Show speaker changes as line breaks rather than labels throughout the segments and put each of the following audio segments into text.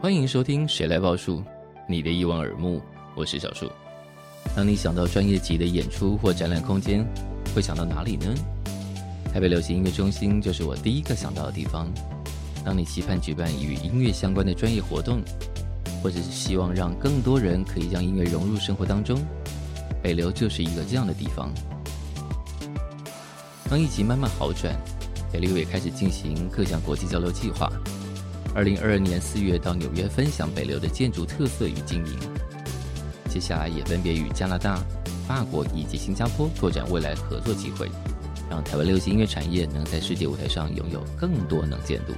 欢迎收听《谁来报数》，你的一望而目，我是小树。当你想到专业级的演出或展览空间，会想到哪里呢？台北流行音乐中心就是我第一个想到的地方。当你期盼举办与音乐相关的专业活动，或者是希望让更多人可以将音乐融入生活当中，北流就是一个这样的地方。当疫情慢慢好转，北流也开始进行各项国际交流计划。二零二二年四月到纽约分享北流的建筑特色与经营，接下来也分别与加拿大、法国以及新加坡拓展未来合作机会，让台湾流行音乐产业能在世界舞台上拥有更多能见度。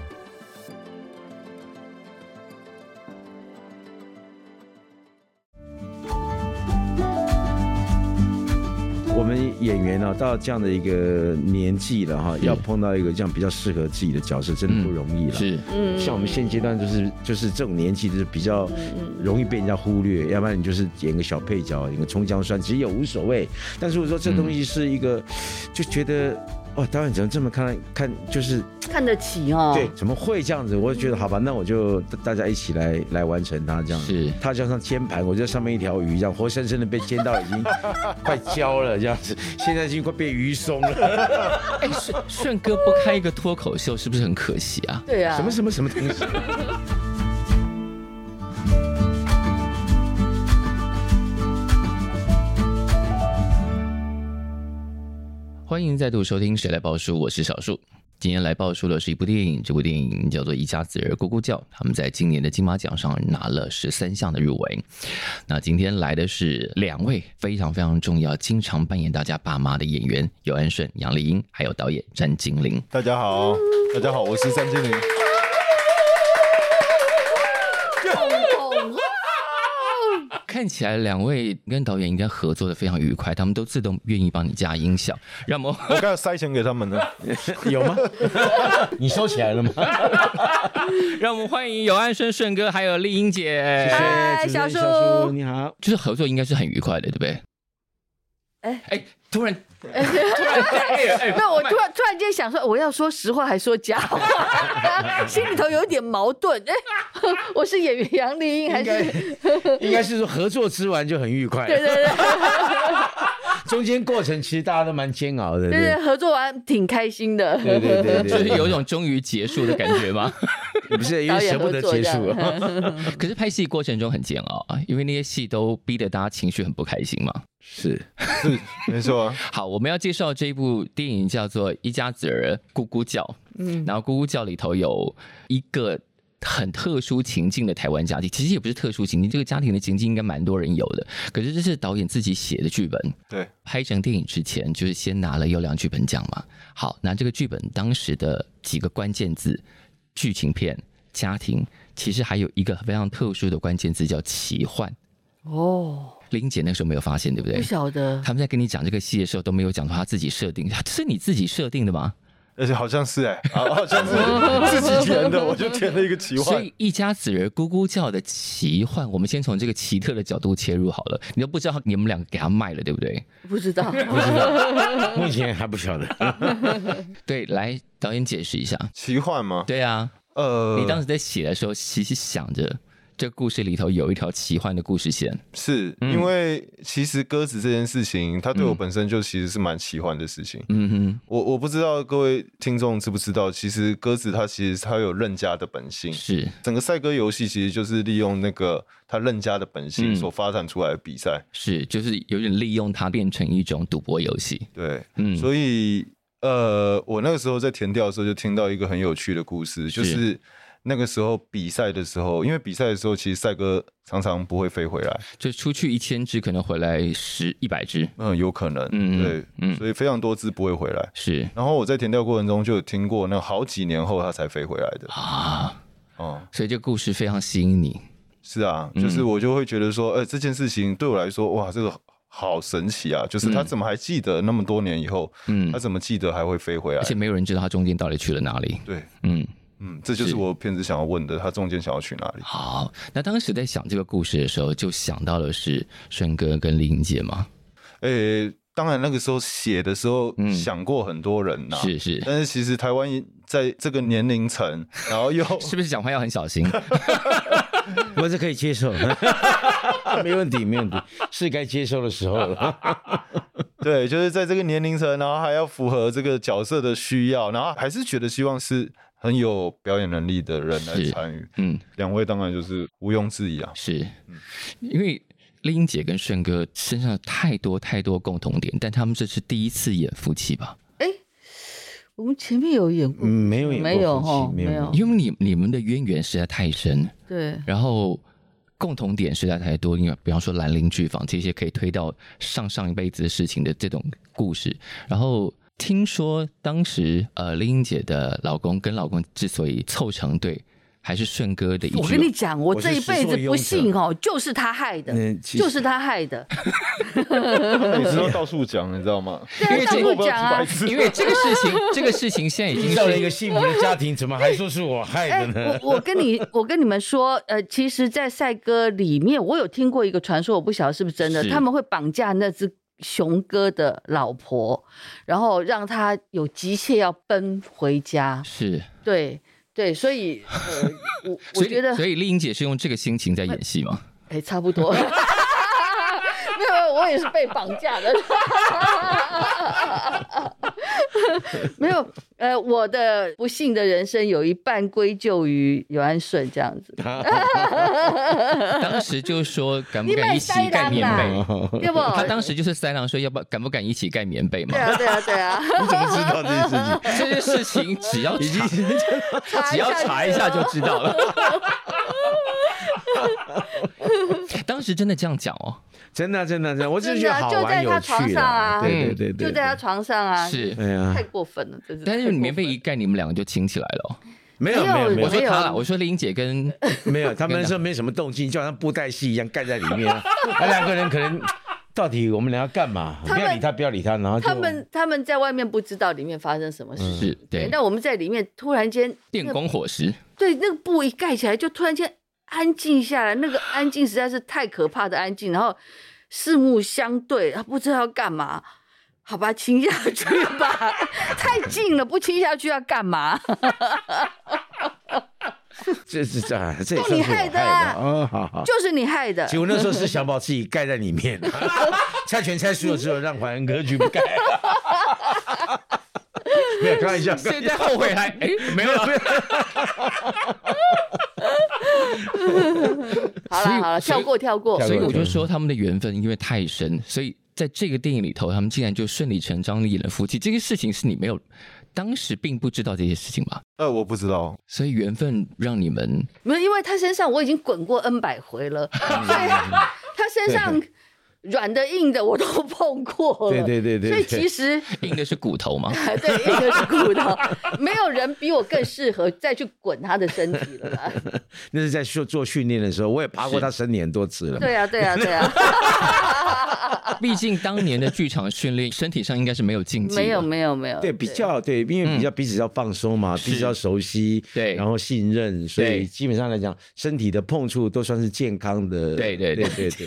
我们演员呢、到这样的一个年纪了
嗯
哈，
是
要碰到一个这样比较适合自己的角色，真的不容易了。
是，
嗯
像我们现阶段就是就是这种年纪，就是比较
嗯
容易被人家忽略，要不然你就是演个小配角，演个葱姜蒜，其实也无所谓。但是我说这东西是一个，就觉得哦，导演怎么这么看看，就是
看得起哦。
对，，怎么会这样子？我就觉得好吧，那我就大家一起来来完成它这样。
是
它就像煎盘，我就上面一条鱼这样，活生生的被煎到已经 快焦了这样子，现在已经快变鱼松 了。
哎，炫炫哥不开一个脱口秀是不是很可惜啊？
对啊。
什么什么什么东西？
欢迎再度收听《谁来报数》，我是小树。今天来报数的是一部电影，这部电影叫做《一家子儿咕咕叫》，他们在今年的金马奖上拿了十三项的入围。那今天来的是两位非常非常重要、经常扮演大家爸妈的演员尤安顺、杨丽英，还有导演詹金玲。
大家好，大家好，我是三精灵。
哦
看起来两位跟导演应该合作的非常愉快，他们都自动愿意帮你加音响，让我们
我刚才塞钱给他们了，
有吗？ 你收起来了吗？
让我们欢迎尤安顺顺哥还有丽英姐。
嗨
主持人
哎小叔
小叔你好。
就是合作应该是很愉快的，对不对？
哎
哎， 突然，突然，哎哎，哎
没有，我突然突然间想说，我要说实话还说假 话，心里头有点矛盾。哎，我是演员杨丽英还
应
是
该？ 应该是说合作之完就很愉快，
对对对
中间过程其实大家都蛮煎熬的，
对对，合作完挺开心的。
对对
就
对对
是
对，
有一种终于结束的感觉吗？
不是因为舍不得结
导演
束
合作这，样
可是拍戏过程中很煎熬啊，因为那些戏都逼得大家情绪很不开心嘛。
是
是没错啊。
好，我们要介绍这一部电影叫做《一家子儿咕咕叫》，嗯，然后咕咕叫里头有一个很特殊情境的台湾家庭，其实也不是特殊情境，这个家庭的情境应该蛮多人有的。可是这是导演自己写的剧本，
对，
拍成电影之前，就是先拿了优良剧本奖嘛。好，拿这个剧本当时的几个关键字：剧情片、家庭，其实还有一个非常特殊的关键字叫奇幻。
哦，
林姐那时候没有发现，对不对
不？晓得。
他们在跟你讲这个戏的时候都没有讲到他自己设定，这是你自己设定的吗？
而且好像是哎、好好像是 自己填的，我就填了一个奇
所
幻。
以一家子人咕咕叫的奇幻，我们先从这个奇特的角度切入好了。你都不知道你们两个给他卖了，对不对？
不 知道，
目前还不晓 得。
对，来导演解释一下。
奇幻吗？
对啊，
呃，
你当时在写的时候，其实想着这故事里头有一条奇幻的故事线，
是、
嗯
因为其实鸽子这件事情，它对我本身就其实是蛮奇幻的事情。
嗯哼，
我我不知道各位听众知不知道，其实鸽子它其实它有认家的本性。
是
整个赛鸽游戏其实就是利用那个它认家的本性
嗯
所发展出来的比赛。
是，就是有点利用它变成一种赌博游戏，
对，
嗯
所以呃，我那个时候在填调的时候就听到一个很有趣的故事，就是是那个时候比赛的时候，因为比赛的时候其实赛哥常常不会飞回来，
就出去一千只可能回来十一百只，
嗯，有可能，
嗯
对，
嗯
所以非常多只不会回来。
是
然后我在填调过程中就有听过，那好几年后他才飞回来的。
啊，
哦、
所以这故事非常吸引你，
是啊，
嗯
就是我就会觉得说，呃，这件事情对我来说，哇，这个好神奇啊！就是他怎么还记得那么多年以后，
嗯
他，怎么记得还会飞回来
而？且没有人知道它中间到底去了哪里，
对，
嗯。
嗯，这就是
是
我片子想要问的，他中间想要去哪里？
好，那当时在想这个故事的时候，就想到的是顺哥跟林姐嘛，
诶、当然那个时候写的时候
嗯
想过很多人呐、
是是，
但是 其实台湾在这个年龄层，然后又
是不是讲话要很小心？
我是可以接受， 没问题，没问题，是该接受的时候了。
对，就是在这个年龄层，然后还要符合这个角色的需要，然后还是觉得希望是很有表演能力的人来
是
参与。
嗯，
两位当然就是毋庸置疑啊，
是因为丽英姐跟顺哥身上有太多太多共同点，但他们这是第一次演夫妻吧？
我们前面有演过
嗯，，没有演过
没有
夫妻
哦
没有
没有
因为你你们的渊源实在太深，
对，
然后共同点实在太多，因为比方说兰陵剧坊这些可以推到上上一辈子的事情的这种故事。然后听说当时呃，丽英姐的老公跟老公之所以凑成对，还是顺哥的一句
我跟你讲，我这一辈子不信哦，就是他害的
嗯，其实
就是他 害的。
你 是说到处讲，你知道吗？
对啊，到
我
处
不知
讲
道几百
啊，
次，
因为这个事情，这个事情现在已经
营造了一
是
个幸福的家庭，怎么还说是我害
哎
的，呢？
我我跟你我跟你们说，呃，其实，在赛鸽里面，我有听过一个传说，我不晓得是不是真的，
是
他们会绑架那只熊哥的老婆，然后让他有急切要奔回家。
是，
对对，所以呃，我我
所以
觉得
所以丽英姐是用这个心情在演戏 吗？
哎，差不多。没有，没有，我也是被绑架的。 没有，呃，我的不幸的人生有一半归咎于尤安顺这样 子，
当时就说敢不
你
敢
卖
一起
塞
盖
狼
棉
啦
被？
哦对不？
他当时就是三郎说要不敢不敢一起盖棉被嘛
对？啊，对啊，对 啊，
你怎么知道这件事情？
这件事情只 要
已
查，
经
只要查一下就知道 了。当时真的这样讲哦，
真的啊真的啊真的啊，我只是觉得好
真的啊就在
玩有
他床
趣
上啊
啦。对对对对，
就在他床上啊，
是，
哎呀
太，过分了，真是太过分了。
但是棉 被一盖，你们两个就亲起来了哦。
没有没有
我
没有
说
没有啊嗯
他啦，我说林姐跟
没有，他们说没什么动静，就好像布袋戏一样盖在里面 啊。那两个人可能到底我们俩要干嘛？
他们
不要理他，不要理他，然后就
他们他们在外面不知道里面发生什么事情，
嗯是对
但我们在里面突然间
电光火石，
对，那个布一盖起来，就突然间安静下来，那个安静实在是太可怕的安静，然后四目相对，啊他不知道要干嘛。好吧，亲下去 吧，太近了，不亲下去要干嘛？
这是这啊这也
都
算
你
是我
害
害
的
的
啊
哦，好好。
就是你害的
结。果那时候是想把自己盖在里面， 猜拳猜输了之后让还恩格局 不盖。没有开玩笑，
现在后悔还 哎没有了。
好
所以
了好了，
所以
跳过跳过
跳。
所以我就说他们的缘分因为太深，所以在这个电影里头，他们竟然就顺理成章的演了夫妻。这个事情是你没有，当时并不知道这些事情吧？
呃，我不知道，
所以缘分让你们
没有，因为他身上我已经滚过 N 百回了，所以他身上软的硬的我都碰过了。
对对对对
所以
对
其实
硬的是骨头吗？
对，一个是骨头，没有人比我更适合再去滚他的身体了啦。
那是在做做训练的时候，我也爬过他身体很多次了。
对啊，对啊，对啊，
毕竟当年的剧场训练，身体上应该是没有禁忌的。
没有，没有，没有，
对，比较对，因为比较彼此要放松
嗯
嘛，彼此要熟悉，
对
然后信任，所以基本上来讲，身体的碰触都算是健康的。
对对对
对对对。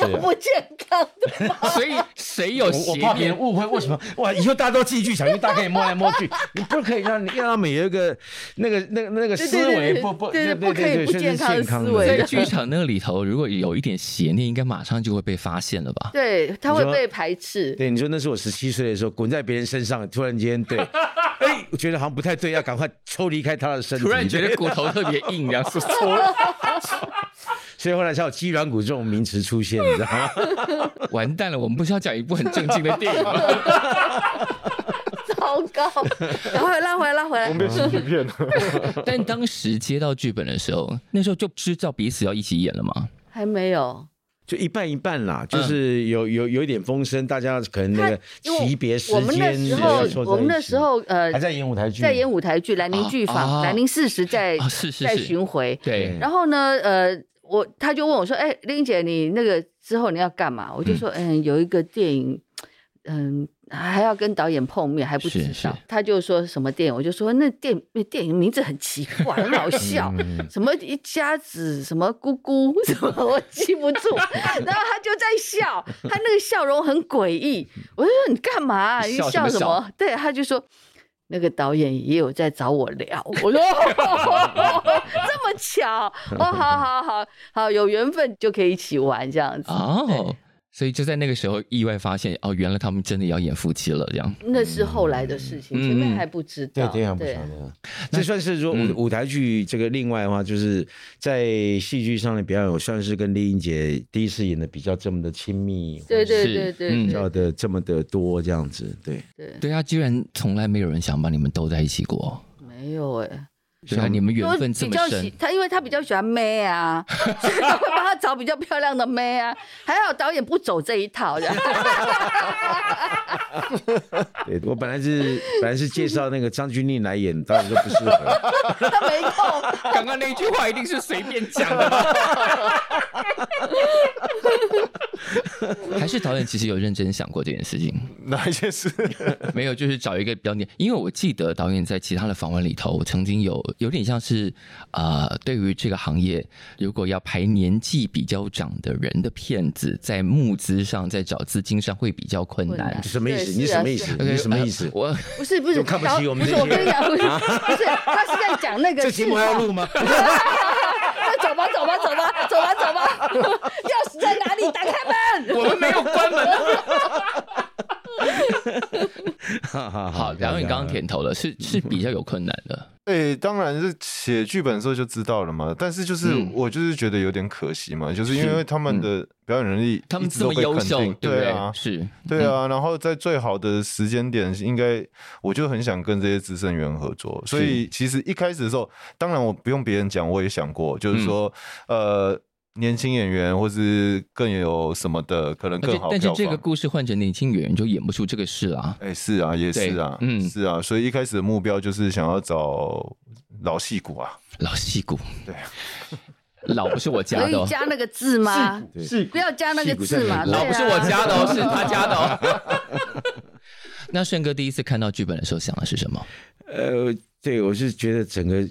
又不健康的，
所以谁 有
我
邪
我怕别
念
人？误会，为什么？哇，以后大家都进剧场，因为大家可以摸来摸 去，你不可以让让他们有一个那个那个那个
对对
思
对
维
对
不不
对
对
对不可以
对
不
是
健康的
健康
思
的
维
在剧场那里头，如果有一点邪念，应该马上就会被发现了吧？
对，他会
你说
被排斥。
对，你说那是我十七岁的时候，滚在别人身上，突然间 对，哎，我觉得好像不太对，要赶快抽离开他的身体。
突然觉
对
得骨头特别硬，然后 说
所以后来才有鸡软骨这种名词出现，你知道吗？
完蛋了，我们不是要讲一部很正经的电影吗？
糟糕，然后拉回来，拉回来
我们。被情绪骗了。
但当时接到剧本的时候，那时候就知道彼此要一起演了吗？
还没有，
就一半一半啦，就是有有有一点风声，大家可能那个
因为
级别时
我们那
间
时
也
候
要凑，在
我们
一
那
起
时候呃
还，在演舞台剧，
在演舞台剧《兰陵剧坊》
啊啊
兰陵四十》在
啊，是是
在
是，
巡回，
对，
然后呢，呃，我他就问我说：“哎、玲姐，你那个之后你要干嘛？”我就说：“嗯，有一个电影，嗯，还要跟导演碰面，还不知
是是
道。他就说什么电影，我就说那电那电影名字很奇怪，很好笑，
嗯
什么一家子什么姑姑什么，我记不住。然后他就在笑，他那个笑容很诡异。我就说你干嘛、啊
你
你
笑什
笑
么
什
笑
么？对，他 就说。那个导演也有在找我聊，我说这么巧哦，好好好好，有缘分就可以一起玩这样子。
啊
哦，所以就在那个时候意外发现，哦，原来他们真的要演夫妻了，这样。
那是后来的事情，
嗯
前面还不知
对
道。，
这样不晓得。这算是说舞舞台剧这个另外的话，就是在戏剧上的表演，我算是跟丽英姐第一次演的比较这么的亲密，
对对
是
对对
嗯
比
对
较
对
的这么的多这样子。对，
对，
对啊，居然从来没有人想把你们兜在一起过，
没有哎，
原来你们缘分这
比
么
较喜
深。
他，因为他比较喜欢妹啊， 所以他会帮他找比较漂亮的妹啊。还好导演不走这一套的，
对我本来是本来是介绍那个张钧甯来演，当然说不适合。
他没空。
刚刚那句话一定是随便讲的吧？ 还是导演其实有认真想过这件事情？
哪一件事？
没有，就是找一个比较年，因为我记得导演在其他的访问里头，曾经有有点像是啊、呃对于这个行业，如果要排年纪比较长的人的片子，在募资上，在找资金上会比较困
困
难
难。
什么意
对
思？
是
你什
啊
么意
是
思
啊？
你什么意思
呃？我
不是不是，
又看不起我们
不是
这
我
些啊
跟你讲，不是不是，他是在讲那个
这节目
市
还要
场
录吗？
那 走吧，走吧，走吧，走吧，走吧， 钥匙在哪里？打开门。
我们没有关门。好
好，
然后你刚刚点头了，是 是比较有困难的。
哎，当然是写剧本的时候就知道了嘛。但是就是、
嗯
我就是觉得有点可惜嘛，就是因为他们的表演能力、
他们这么优秀，对不
对啊，
是，嗯
对啊，然后在最好的时间点，应该我就很想跟这些资深演员合作。所以其实一开始的时候，当然我不用别人讲，我也想
嗯
过，就是说，呃，年轻演员或是更有什么的，可能
但
更
是
好
但是
票
这个
房。
故事换成年轻演员就演不出这个事啦。
哎、是啊，也是啊，
对嗯
嗯，是啊，所以一开始的目标就是想要找老戏骨啊，
老戏骨，
对，
老不是我家
可
的、
以
哦，
加那个字吗？
是
不要加那个字
屁股在哪
嘛，
里
老
对
不是
啊
我家的、 哦，是他家的、哦。 那顺哥第一次看到剧本的时候想的是什么？
呃，对，我是觉得整个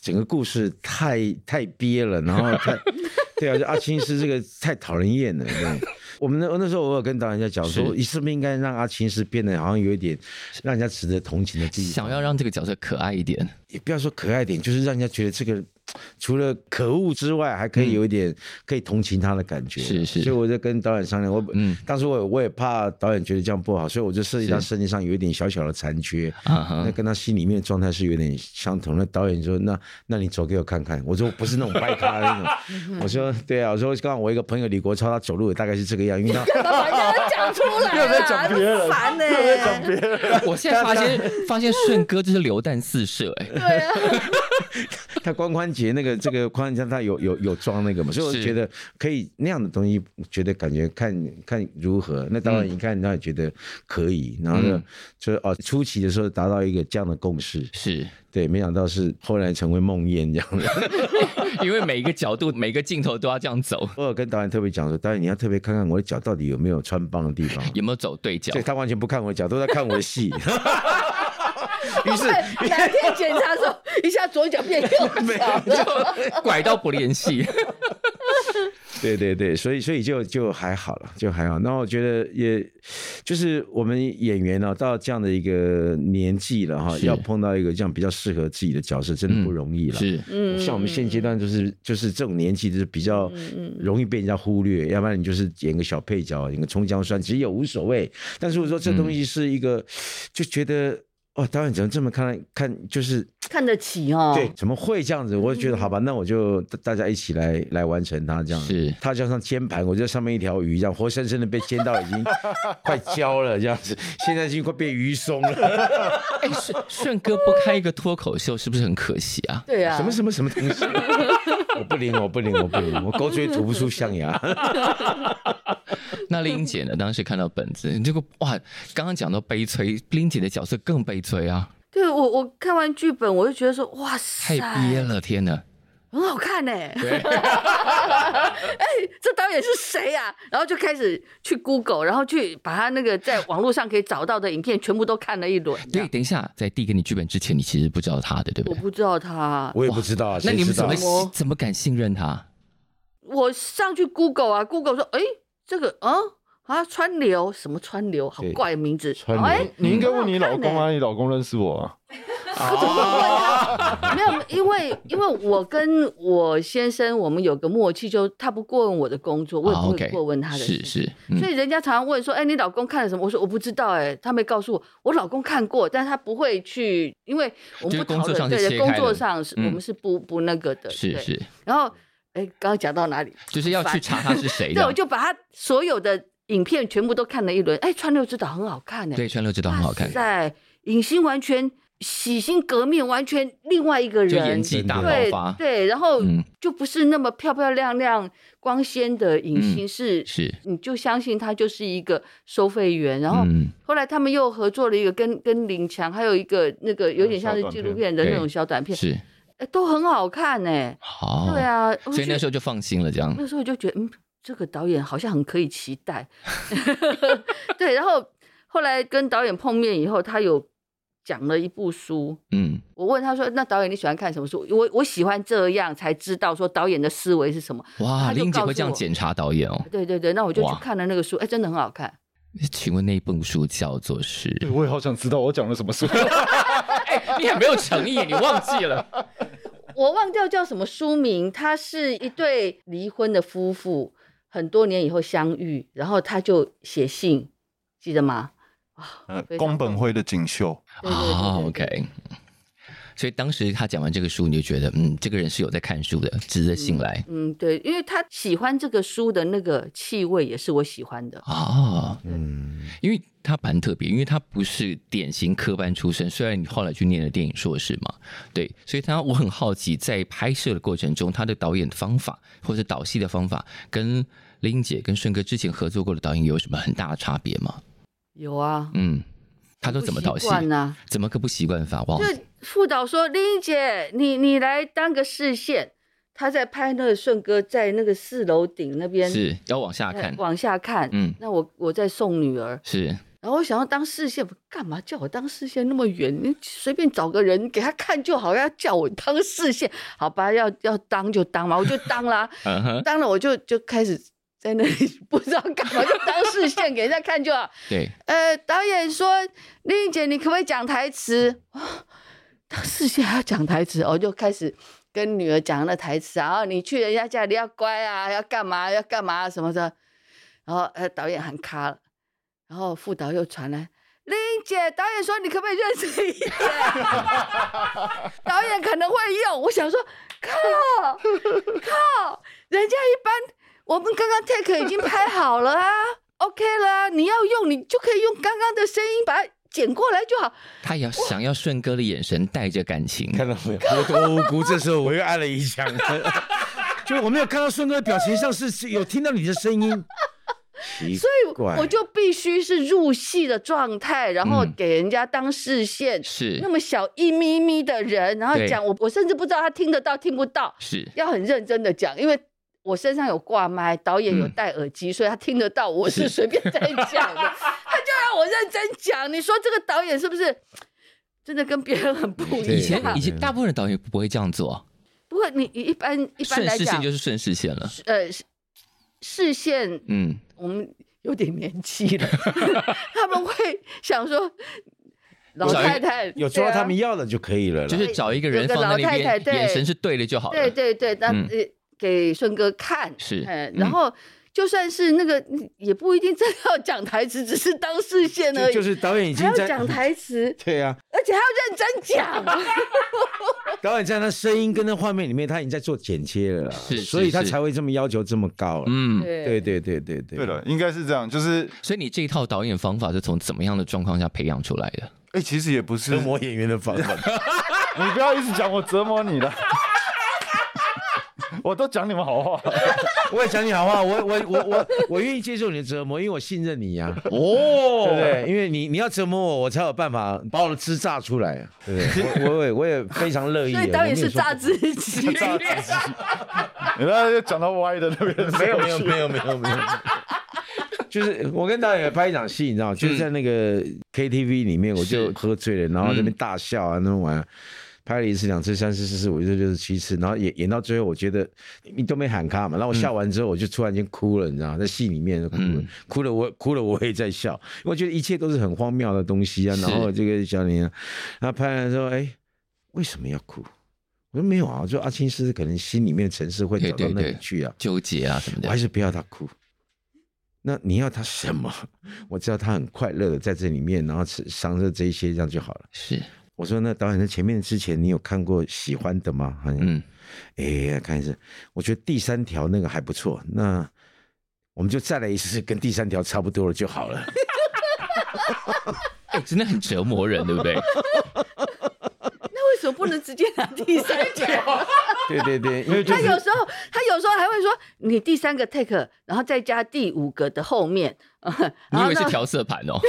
整个故事太太憋了，然后太 对啊，就阿青师这个太讨人厌了。对，我们那我那时候我有跟导演在讲说，
是
你是不是应该让阿青师变得好像有一点让人家值得同情的地
想
方？
要让这个角色可爱一点，
也不要说可爱点，就是让人家觉得这个除了可恶之外，还可以有一点可以同情他的感
嗯
觉。
是是
所以我在跟导演商量，我
嗯
嗯，当时我也我也怕导演觉得这样不好，所以我就设计他
是
身体上有一点小小的残缺。
啊哈
那跟他心里面的状态是有点相同。那导演说：“那那你走给我看看。”我说：“不是那种掰咖的那 种。”我说：“对啊。”我说：“刚好我一个朋友李国超，他走路也大概是这个样，因为他
干嘛把人家讲出来
又在
啊？
讲别人
很烦呢。
我现在发现发现顺哥就是榴弹四射、哎，
对啊，
他髋关节那个这个髋关节他有有有装那个嘛，所以我
是
觉得可以那样的东西，觉得感觉看看如何。那导演一看，他也觉得可以，然后呢，就是哦初期的时候达到一个这样的共识，
是
对，没想到是后来成为梦魇这样的。
因为每一个角度、每个镜头都要这样走，
我有跟导演特别讲说，导演你要特别看看我的脚到底有没有穿帮的地方。
有没有走对角
对？他完全不看我的脚，都在看我的戏。于是
对哪天检查的时候，一下左脚变右 脚了。
拐到不联系，
对对对，所以所以就就还好了，就还好。那我觉得也，就是我们演员呢、到这样的一个年纪了哈，
是
要碰到一个这样比较适合自己的角色，真的不容易 了。
是
嗯
像我们现阶段就是就是这种年纪，就是比较容易被人家忽略，要不然你就是演个小配角，演个葱姜蒜，其实也无所谓。但是我说这东
嗯
西是一个，就觉得哦，导演怎么这么看看，就是
看得起哦。
对，，怎么会这样子？我就觉得好吧，那我就大大家一起来来完成它这样。
是
它加上煎盘，我就上面一条鱼这样，活生生的被煎到已经 快焦了这样子，现在已经快变鱼松了。
哎，顺顺哥不开一个脱口秀是不是很可惜啊？
对啊。
什么什么什么东西？我不灵，我不灵，我不灵，我狗嘴吐不出象牙。
那丽英姐呢？当时看到本子，这个哇，刚刚讲到悲催，林姐的角色更悲催啊，
对我我看完剧本，我就觉得说，哇
太
塞，
憋了，天哪！
很好看呢、 哎、这导演是谁呀、然后就开始去 Google，然后去把他那个在网络上可以找到的影片全部都看了一轮。
对，，等一下，在递给你剧本之前，你其实不知道他的，对不
我
对？
不知道他，
我也不知道啊，
那
谁
你们
知
怎
道
么
啊
信怎么敢信任他？
我上去 Google 啊，Google 说，哎、这个啊啊川流什么川流，好
对
怪的名字。
川流
哎
你应该问你
很好
老
看
公
欸
啊，你老公认识我啊，
我怎么会问他？没有，因为因为我跟我先生我们有个默契，就他不过问我的工作，我也
啊
不会
，OK，
过问他的事
是
情。
是，嗯
所以人家常常问说：“哎、你老公看了什么？”我说：“我不知道、哎，他没告诉我。我老公看过，但他不会去，因为我
就
们
是
不
工
讨
作上
论。
是
对
切
对，工
开
作
的
上是、
嗯
我们是不不那个的。
是
对。
是，
然后，哎、刚刚讲到哪里？
就是要去
烦
查他是谁
对，我
的。
就把他所有的影片全部都看了一轮。哎、川六之岛很好看哎、
对，川流之道很好看，
在影星完全洗心革面，完全另外一个人，
就演技大爆
对
发。
对，然后
嗯
就不是那么漂漂亮亮、光鲜的影星，是
嗯是，
你就相信他就是一个收费员。然后
嗯，
后来他们又合作了一个跟跟林强，还有一个那个有点像是纪录片的
小短片
那种小短片，
是，
哎都很好看哎、
好，
对，啊，
所以那时
候
候就放心了，这样，
那时候我就觉得嗯，这个导演好像很可以期待。 对，然后后来跟导演碰面以后，他有讲了一部书，
嗯，
我问他说：“那导演你喜欢看什么书？”我我喜欢这样才知道说导演的思维是什么。
哇，
他就
林姐
告
会
诉
这样
我
检查导演哦。
对对对，那我就去
哇
看了那个书，哎，真的很好看。
请问那本书叫做是？
对我也好想知道我讲了什么 书。
你很没有诚意，你忘记 了？
我忘掉叫什么书名，它是一对离婚的夫妇，很多年以后相遇，然后他就写信，记得吗？
呃
非常
宫本辉的锦绣，
对对对
啊
对对
，OK。所以当时他讲完这个书，你就觉得，嗯，这个人是有在看书的，值得信赖
嗯，对，因为他喜欢这个书的那个气味也是我喜欢的。
啊。
嗯，
因为他蛮特别，因为他不是典型科班出身，虽然你后来去念了电影硕士嘛，对，所以他我很好奇，在拍摄的过程中，他的导演方法或者导戏的方法，跟林姐跟顺哥之前合作过的导演有什么很大的差别吗？
有啊，
嗯，他都怎么导
不习
戏？哦
惯呢、
怎么个不习惯法？哇，
就副导说：“林姐，你你来当个视线。”他在拍那个顺哥在那个四楼顶那边
是要往下
呃
看，
往下看。
嗯
那我我在送女儿，
是
然后我想要当视线，干嘛叫我当视线那么远？你随便找个人给他看就好，要叫我当视线，好吧？要要当就当嘛，我就当啦。
嗯哼，
当了我就就开始在那里 不知道干嘛，就当视线给人家看就好。
对，
呃，导演说：“丽颖姐，你可不可以讲台词？”啊，当事先还要讲台词，哦我就开始跟女儿讲那台词啊，你去人家家里要乖啊，要干嘛要干嘛啊什么的。然后呃，导演喊卡了，然后副导又传来。丽颖姐，导演说你可不可以认识一点？ 导演可能会用。我想说，靠靠，人家一般我们刚刚 take 已经拍好了啊 ，OK 了啊，你要用你就可以用刚刚的声音把它剪过来就好。
他也要想要顺哥的眼神带着感情，
看到没有？我多无辜，这时候我又挨了一枪， 就我没有看到顺哥的表情，像是有听到你的声音，所
所以我就必须是入戏的状态，然后
嗯
给人家当视线。
是
那么小一咪咪的人，然后
嗯对
讲我，我甚至不知道他听得到听不到，
是
要很认真的讲，因为我身上有挂麦，导演有
嗯
戴耳机，所以他听得到我是
是
随便在讲 的，他就让我认真讲。你说这个导演是不是真的跟别人很不
对
以
一
前
样啊
以？前大部分的导演不会这样做，
不过你你一般一般
顺
来
视线
讲，
就是顺视线了，
呃视视线
嗯，
我们有点年纪 了，他们会想说老
找一个
太太
有抓他。
对
们
啊
要的就可以了啦，
就是找一个
有
人
个
放在
老
那
太太
边，
对
眼神是对的就好了，
对对对，那
嗯
呃给顺哥看
是
哎
嗯
然后就算是那个也不一定真的要讲台词，只是当视线而
就
已，
就是导演已
还
经
要
在
讲台词，
对啊，
而且还要认真讲。
导演在他声音跟那画面里面，他已经在做剪切了啦，
是是
所以他
是
才会这么要求这么高了。
嗯，
对对对对对，
对了，，应该是这样，就是
所以你这一套导演方法是从怎么样的状况下培养出来的？
哎、其实也不是
折，磨演员的方法。
你不要一直讲我折磨 你了，我都讲你们好话。
我也讲你好话，我我我我我愿意接受你的折磨，因为我信任你呀、
哦
对不对？因为你你要折磨我，我才有办法把我的汁榨出来，对不对？我我也我也非常乐意啊。
所以导演
我没有
是
说
炸 自己，
你那又讲到歪的那边，
没有没有没有没有没有。 就是我跟导演拍一场戏，你知道，
嗯
就是在那个 KTV 里面，我就是喝醉了，然后在那边大笑啊，那边玩啊、拍了一次、两次、三次、四次、五次、六次、七次，然后演演到最后，我觉得你都没喊卡嘛，然后我笑完之后，我就突然间哭了，你知道，在戏里面就哭了，
嗯
哭了我哭了我也在笑，因为我觉得一切都是很荒谬的东西啊，然后这个小林啊，他拍完之后，哎，为什么要哭？我说没有啊，我说阿青是可能心里面城市会
对
走到
对
那
对
里去啊，
纠结啊什么
我
的
还，是不要他哭。那你要他什么？ 我知道他很快乐的在这里面，然后吃享受这一些，这样就好了。
是，
我说那导演在前面之前，你有看过喜欢的吗？好像，
嗯，
哎、看一下，我觉得第三条那个还不错，那我们就再来一次，跟第三条差不多了就好了。
哎，真的很折磨人，对不对？
那为什么不能直接拿第三条？
对对对，因为就
他
是
有时候，他有时候还会说，你第三个 take，然后再加第五个的后面，
你以
然后
为是
呢，
调色盘 哦？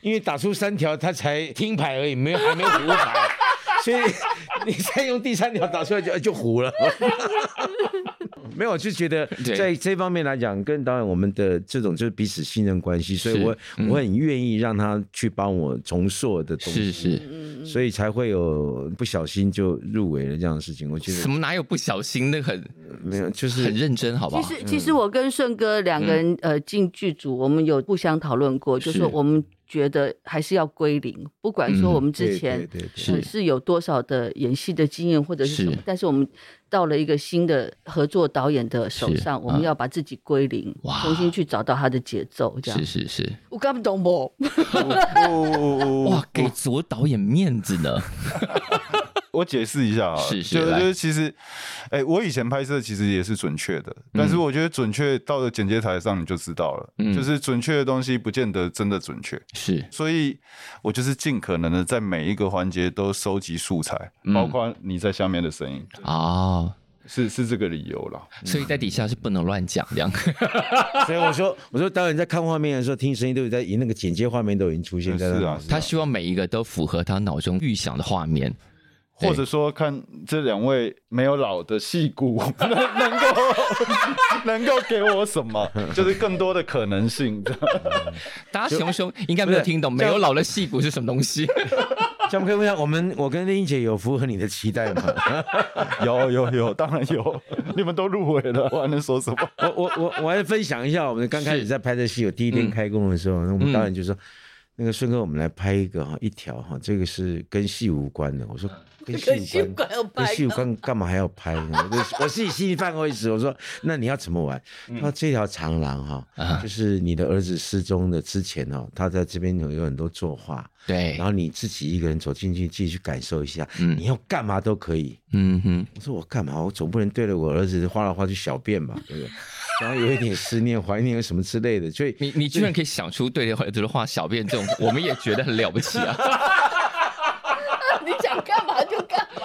因为打出三条，他才听牌而已，没有还没胡 牌，所以你再用第三条打出来就就胡了。 没有，我就觉得
对
在这方面来讲，跟导演我们的这种就是彼此信任关系，所以
是
我、
嗯
我很愿意让他去帮我重塑的东
是
西，
是，
嗯，
所以才会有不小心就入围了这样的事情。我觉
怎
得
么哪有不小心？那很
没有，就
很
是
认真，好不
其
好？
实，其实我跟顺哥两个人，呃，进剧组，我们有互相讨论过，就是说我们觉得还是要归零，不管说
嗯
我们
对
之前
对对对
是
呃是有多少的演戏的经验或者是什么
是，
但是我们到了一个新的合作导演的手
是
上，我们
嗯
要把自己归零
哇，
重新去找到他的节奏，这样
是。是是，
我搞不懂不？
哇
哇，
给左导演面子呢。
我解释一下啊，
是是
就
来
就是其实，哎、我以前拍摄其实也是准确的，但是我觉得准确到了剪接台上你就知道了，
嗯
就是准确的东西不见得真的准确，
是，
所以我就是尽可能的在每一个环节都收集素材，
嗯
包括你在下面的声音，
哦，
是是这个理由啦。
所以在底下是不能乱讲这样。
所以我说我说导演在看画面的时候，听声音都有在那个剪接画面都已经出现在
是
那
啊
里
他希望每一个都符合他脑中预想的画面。对
或者说，看这两位没有老的戏骨 能能够能够给我什么，就是更多的可能性。这样
大家熊熊应该没有
不是
听懂，没
这样
有老的戏骨是什么东西？
江科问一下，我们我跟丽英姐有符合你的期待吗？
有有有，当然有， 你们都入围了，我还能说什么？
我我我我还分享一下，我们刚开始
是
在拍的戏，我第一天
嗯
开工的时候，那我们导演就说：“那个顺哥，我们来拍一个哈，一条哈，这个是跟戏无关的。”我说：“跟
跟
戏
新
无关。”
冠要
跟
拍
戏无
的，
关，干嘛还要拍呢？我就我自己心里犯过一次，我说那你要怎么玩？他说这条长廊哈、
啊
就是你的儿子失踪的之前哦，他在这边有有很多作画，
对
然，后你自己一个人走进去，自己去感受一下，
嗯
你要干嘛都可以。
嗯哼，
我说我干嘛？我总不能对着我儿子画来画去小便吧，对 不对？然后有一点思念、怀念什么之类的，所以
你你居然可以想出对儿子的话小便这种，我们也觉得很了不起啊。
你想干嘛就干嘛。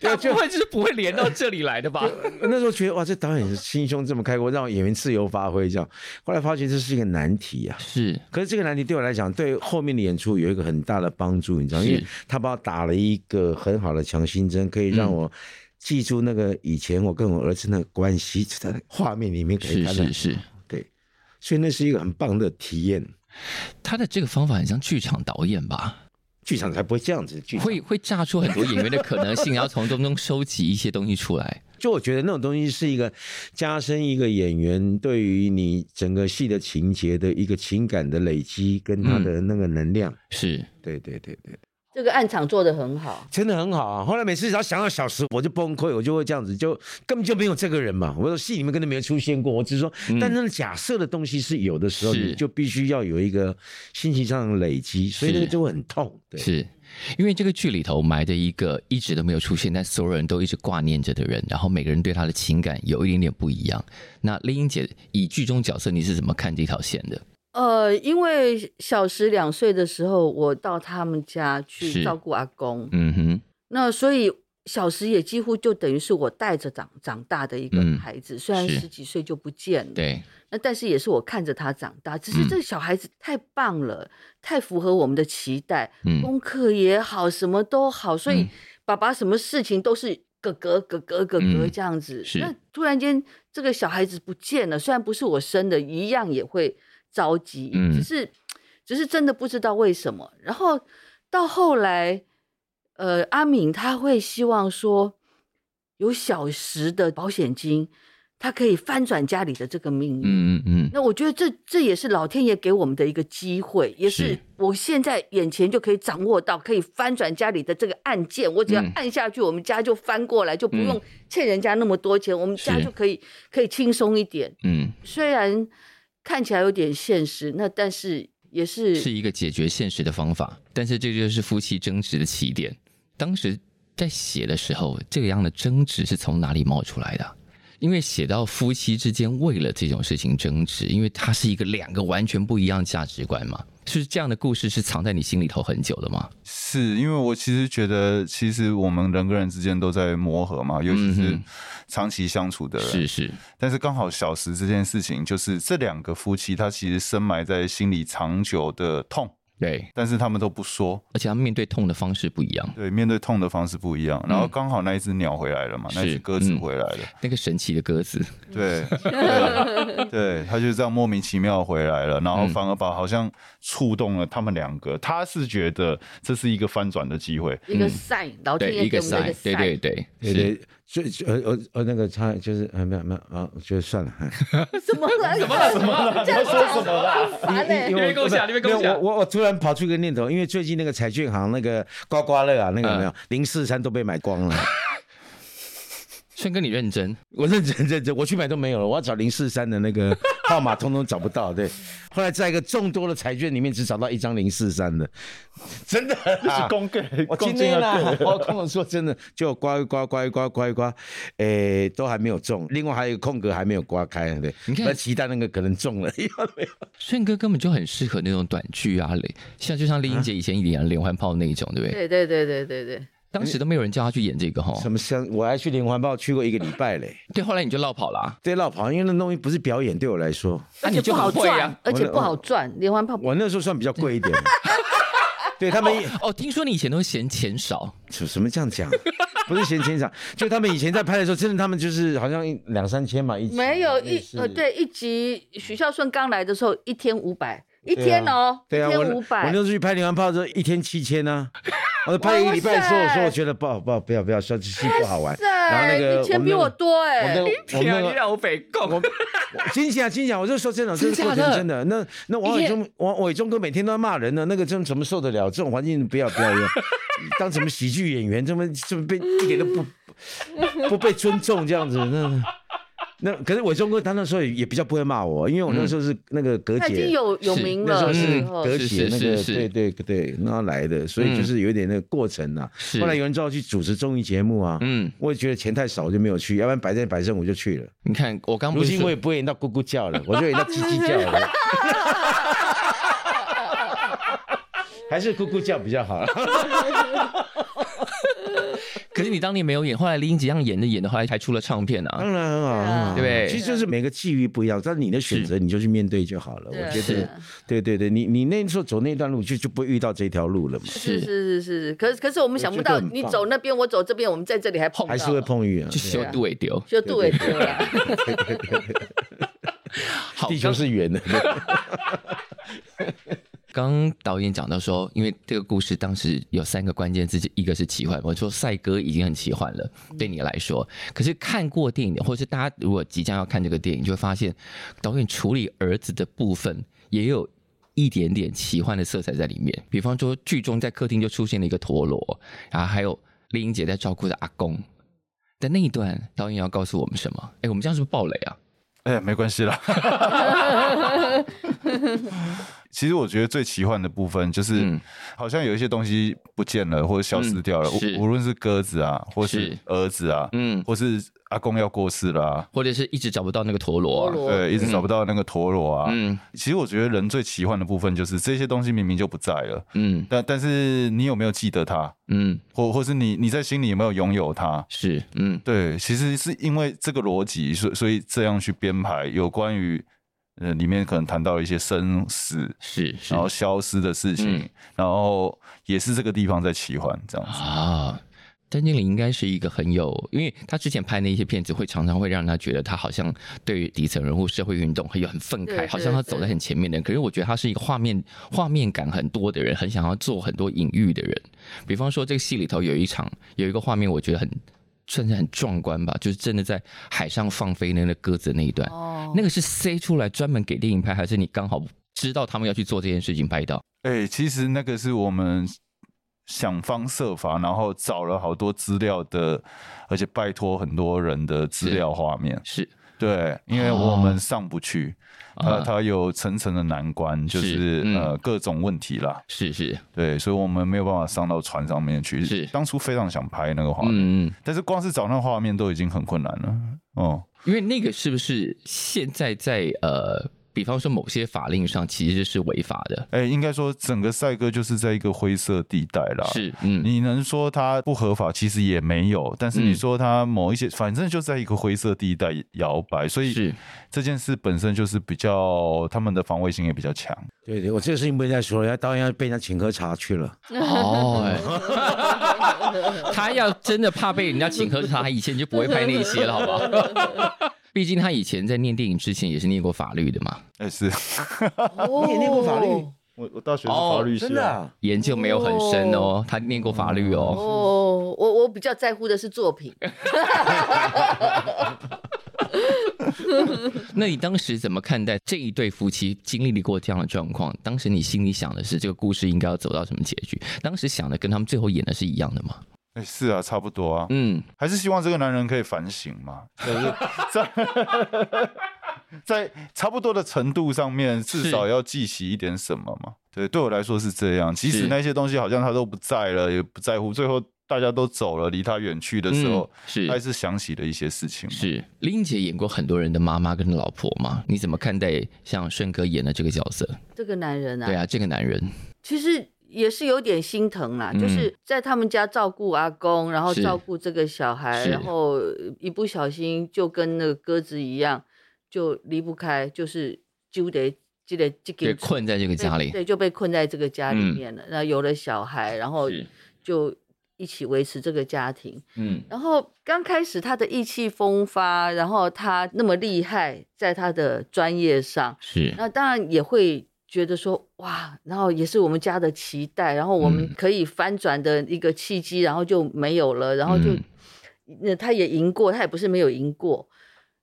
他不会就是不会连到这里来的吧？
呃那时候觉得哇，这导演心胸这么开阔，让演员自由发挥这样。后来发觉这是一个难题啊。
是，
可是这个难题对我来讲，对后面的演出有一个很大的帮助，你知道，因为
是
他帮我打了一个很好的强心针，可以
嗯
让我记住那个以前我跟我儿子那个关系，就在画面里面给
是
他的
是是，
对，所以那是一个很棒的体验。
他的这个方法很像剧场导演吧，
剧场才不会这样子，剧场
会会炸出很多演员的可能性，然后从中中收集一些东西出来。
就我觉得那种东西是一个加深一个演员对于你整个戏的情节的一个情感的累积跟他的那个能
嗯
量。
是，
对对对对，
这个暗场做的很好，
真的很好啊！后来每次只要想到小时，我就崩溃，我就会这样子，就根本就没有这个人嘛。我说戏里面根本没有出现过，我只是说，但那个假设的东西是有的时候，
嗯是
你就必须要有一个心情上的累积，所以那个
是
就会很痛。对，
是因为这个剧里头埋着一个一直都没有出现，但所有人都一直挂念着的人，然后每个人对他的情感有一点点不一样。那丽英姐以剧中角色，你是怎么看这条线的？
呃，因为小时两岁的时候，我到他们家
是
去照顾阿公，
嗯哼，
那所以小时也几乎就等于是我带着长长大的一个
嗯
孩子，虽然
是
十几岁就不见了，
对，
那但是也是我看着他长大。只是
嗯
这个小孩子太棒了，太符合我们的期待，
嗯，
功课也好，什么都好，所以
嗯
爸爸什么事情都是哥哥哥哥哥哥
嗯
这样子。
是
那突然间这个小孩子不见了，虽然不是我生的，一样也会着急，
嗯
只是只是真的不知道为什么。然后到后来，呃，阿敏他会希望说有小时的保险金。他可以翻转家里的这个命运。
嗯嗯嗯，
那我觉得这这也是老天爷给我们的一个机会，也
是
是我现在眼前就可以掌握到，可以翻转家里的这个案件。我只要
嗯
按下去，我们家就翻过来，就不
嗯
用欠人家那么多钱，我们家
是
就可以可以轻松一点。
嗯，
虽然看起来有点现实，那但是也是
是一个解决现实的方法，但是这就是夫妻争执的起点。当时在写的时候，这样的争执是从哪里冒出来的啊？因为写到夫妻之间为了这种事情争执，因为它是一个两个完全不一样的价值观嘛，是这样的故事是藏在你心里头很久的吗？
是因为我其实觉得，其实我们人跟人之间都在磨合嘛，尤其
嗯
是
哼
长期相处的人。
是是，
但是刚好小时这件事情，就是这两个夫妻，他其实深埋在心里长久的痛，
对，
但是他们都不说。
而且他面对痛的方式不一样。
对，面对痛的方式不一样。然后
嗯
刚好那一只鸟回来了嘛，
是
那一只鸽子
嗯
回来了。
那个神奇的鸽子，
对，对，对，他就这样莫名其妙回来了，然后
嗯
反而把好像触动了他们两个。他是觉得这是一个翻转的机会，
一个
嗯
sign，、老天
对，
爷
一
给
个
我们的一
sign，
个
对
sign。
对对，
对
是，
对，所以就呃呃呃那个他就是呃没有没有啊，我觉得算了。哎
怎么了？ 怎么了？怎么了？这样说什么啦？很烦欸嘞、
因为
边跟我想
没
你边跟我
有
想
我我我突然跑出一个念头，因为最近那个彩券行那个刮刮乐啊，那个有没 有零四三都被买光了。
顺哥你认真，
我认真认真，我去买都没有了，我要找零四三的那个号码，通通找不到。对，后来在一个众多的彩券里面，只找到一张零四三的，真的啊啦。
公给
我今天啊 啦，我跟我说真的，就刮一刮，刮一刮，刮一刮，诶、都还没有中。另外还有一个空格还没有刮开，对，
你看
那其他那个可能中了，
顺哥根本就很适合那种短剧啊，像就像丽英姐以前演的连环炮那一种，对不对？
对对对对对对，
当时都没有人叫他去演这个哈，
什么香？我还去连环报去过一个礼拜嘞。
对，后来你就落跑了啊，
对，老跑，因为那东西不是表演，对我来说，
啊
而
你
且
就
不好
很会啊
赚，而且
我
不好赚，连环炮
我那时候算比较贵 一点。对他们也
哦，听说你以前都嫌钱少，
什什么这样讲？不是嫌钱少，就他们以前在拍的时候，真的他们就是好像一两三千嘛一集
没有
类
一
似
呃，对一集许孝顺刚来的时候，一天五百，一
对啊
天哦，
对啊，
一
我
天
那
五
我
百
那时，候去拍《连环炮》的时候，一天七千呢、我拍一个礼拜之后，我说我觉得不好，不好，不要不要，说这戏不好玩。然后那个
你钱比
我
我
们
多
那
哎、
个我们啊那个我们那个
让我北共，
金姐啊，金姐啊，我就说真的，这
真假
个过
的
程真的。那那王伟忠，王王伟忠哥每天都在骂人呢，那个真怎么受得了？这种环境不要不要 不要，当什么喜剧演员，这么这么被一点都不不被尊重这样子，那那可是伟忠哥他那时候也也比较不会骂我，因为我那时候是那个葛
他已经
姐。
有有
是
名
那时
了，
候是
嗯
后
葛
是
姐
是
那
是
个
是嗯
对对对，那她来的，所以就是有点那个过程呐、
是
后来有人叫我去主持综艺节目啊，
嗯，
我也觉得钱太少，我就没有去，要不然摆正摆正我就去了。
嗯你看我刚不
如
是
今我
说
也不会演到咕咕叫了，我就演到叽叽叫了。还是咕咕叫比较好。
可是你当年没有演，后来林英杰这样演着演的，后来还出了唱片啊，
当然很好，
对啊
很好
对不对
其实就是每个际遇不一样，但是你的选择你就去面对就好了。
对啊
我觉
是
得，对对对，你你那时候走那段路就就不会遇到这条路了嘛，
是是是是是，可是可是我们想不到，
我觉得很
你
棒
走那边，我走这边，我们在这里还碰到，
还是会，碰遇啊。
就
对
修
啊
杜伟丢，
就杜伟丢了，
好，
地球
刚
是圆的， 对
刚导演讲到说，因为这个故事当时有三个关键字，一个是奇幻，我说赛哥已经很奇幻了，对你来说。可是看过电影的，或是大家如果即将要看这个电影，就会发现导演处理儿子的部分也有一点点奇幻的色彩在里面。比方说，剧中在客厅就出现了一个陀螺，然后还有丽英姐在照顾着阿公。但那一段导演要告诉我们什么？哎，我们这样是不是暴雷啊？
哎、没关系啦。 其实我觉得最奇幻的部分就是，
嗯
好像有一些东西不见了或者消失掉了，
嗯是
无无论是鸽子啊，或是
是
儿子啊，
嗯，
或是阿公要过世了、啊，
或者是一直找不到那个陀螺、
陀
啊。
螺
对，一直找不到那个陀螺啊。
嗯
其实我觉得人最奇幻的部分就是这些东西明明就不在了，
嗯
但但是你有没有记得它，
嗯，
或或是你你在心里有没有拥有它？
是嗯。
对，其实是因为这个逻辑，所以所以这样去编排有关于呃里面可能谈到一些生死，
是是
然后消失的事情，
嗯
然后也是这个地方在奇幻这样子。
啊。詹经理应该是一个很有，因为他之前拍那一些片子，会常常会让他觉得他好像对于底层人物、社会运动很有很愤
对
慨，好像他
对
走在很前面的人。可是我觉得他是一个画面画面感很多的人，很想要做很多隐喻的人。比方说这个戏里头有一场有一个画面，我觉得很算是很壮观吧，就是真的在海上放飞那个鸽子那一段，
哦
那个是塞出来专门给电影拍，还是你刚好知道他们要去做这件事情拍到？
哎、其实那个是我们想方设法，然后找了好多资料的，而且拜托很多人的资料画面。
是哦
对，因为我们上不去，它
啊
它有层层的难关，就是是
嗯
呃各种问题啦。
是是，
对，所以我们没有办法上到船上面去。
是
当初非常想拍那个画面，
嗯嗯，
但是光是找那个画面都已经很困难了。哦、
因为那个是不是现在在呃，比方说某些法令上其实是违法的？
哎、应该说整个赛鸽就是在一个灰色地带啦。。
是，嗯，
你能说它不合法，其实也没有。但是
嗯
你说它某一些，反正就在一个灰色地带摇摆，所以
是
这件事本身就是比较他们的防卫性也比较强。
对对，我这个事情不能再说了，要导演要被人家请喝茶去了。
哦，哎 他要真的怕被人家请喝茶，他以前就不会拍那一些了，好不好？ 毕竟他以前在念电影之前也是念过法律的嘛，
哎、是
哦
你也念过法律
我我大学
是法律
真的啊、
研究没有很深哦，他念过法律哦。
哦，我我比较在乎的是作品，
那你当时怎么看待这一对夫妻经历过这样的状况？当时你心里想的是这个故事应该要走到什么结局？当时想的跟他们最后演的是一样的吗？
哎、是啊，差不多啊。
嗯，
还是希望这个男人可以反省嘛，就是 在在差不多的程度上面，至少要记起一点什么嘛。对，对我来说是这样。即
是
使那些东西好像他都不在了，也不在乎，最后大家都走了，离他远去的时候，
嗯是
他还是想起了一些事情嘛。
是林姐演过很多人的妈妈跟老婆嘛？你怎么看待像顺哥演的这个角色？
这个男人啊，
对啊，这个男人
其实也是有点心疼啦，
嗯
就是在他们家照顾阿公，然后
是
照顾这个小孩，
是
然后一不小心就跟那个鸽子一样，就离不开，就是就得就得就
被
给
困在这个家里，
对，就被困在这个家里
嗯
面了。那、有了小孩，然后
是
就一起维持这个家庭。
嗯，
然后刚开始他的意气风发，然后他那么厉害，在他的专业上，
是
那当然也会觉得说哇，然后也是我们家的期待，然后我们
嗯
可以翻转的一个契机，然后就没有了，然后就
嗯
那、他也赢过，他也不是没有赢过。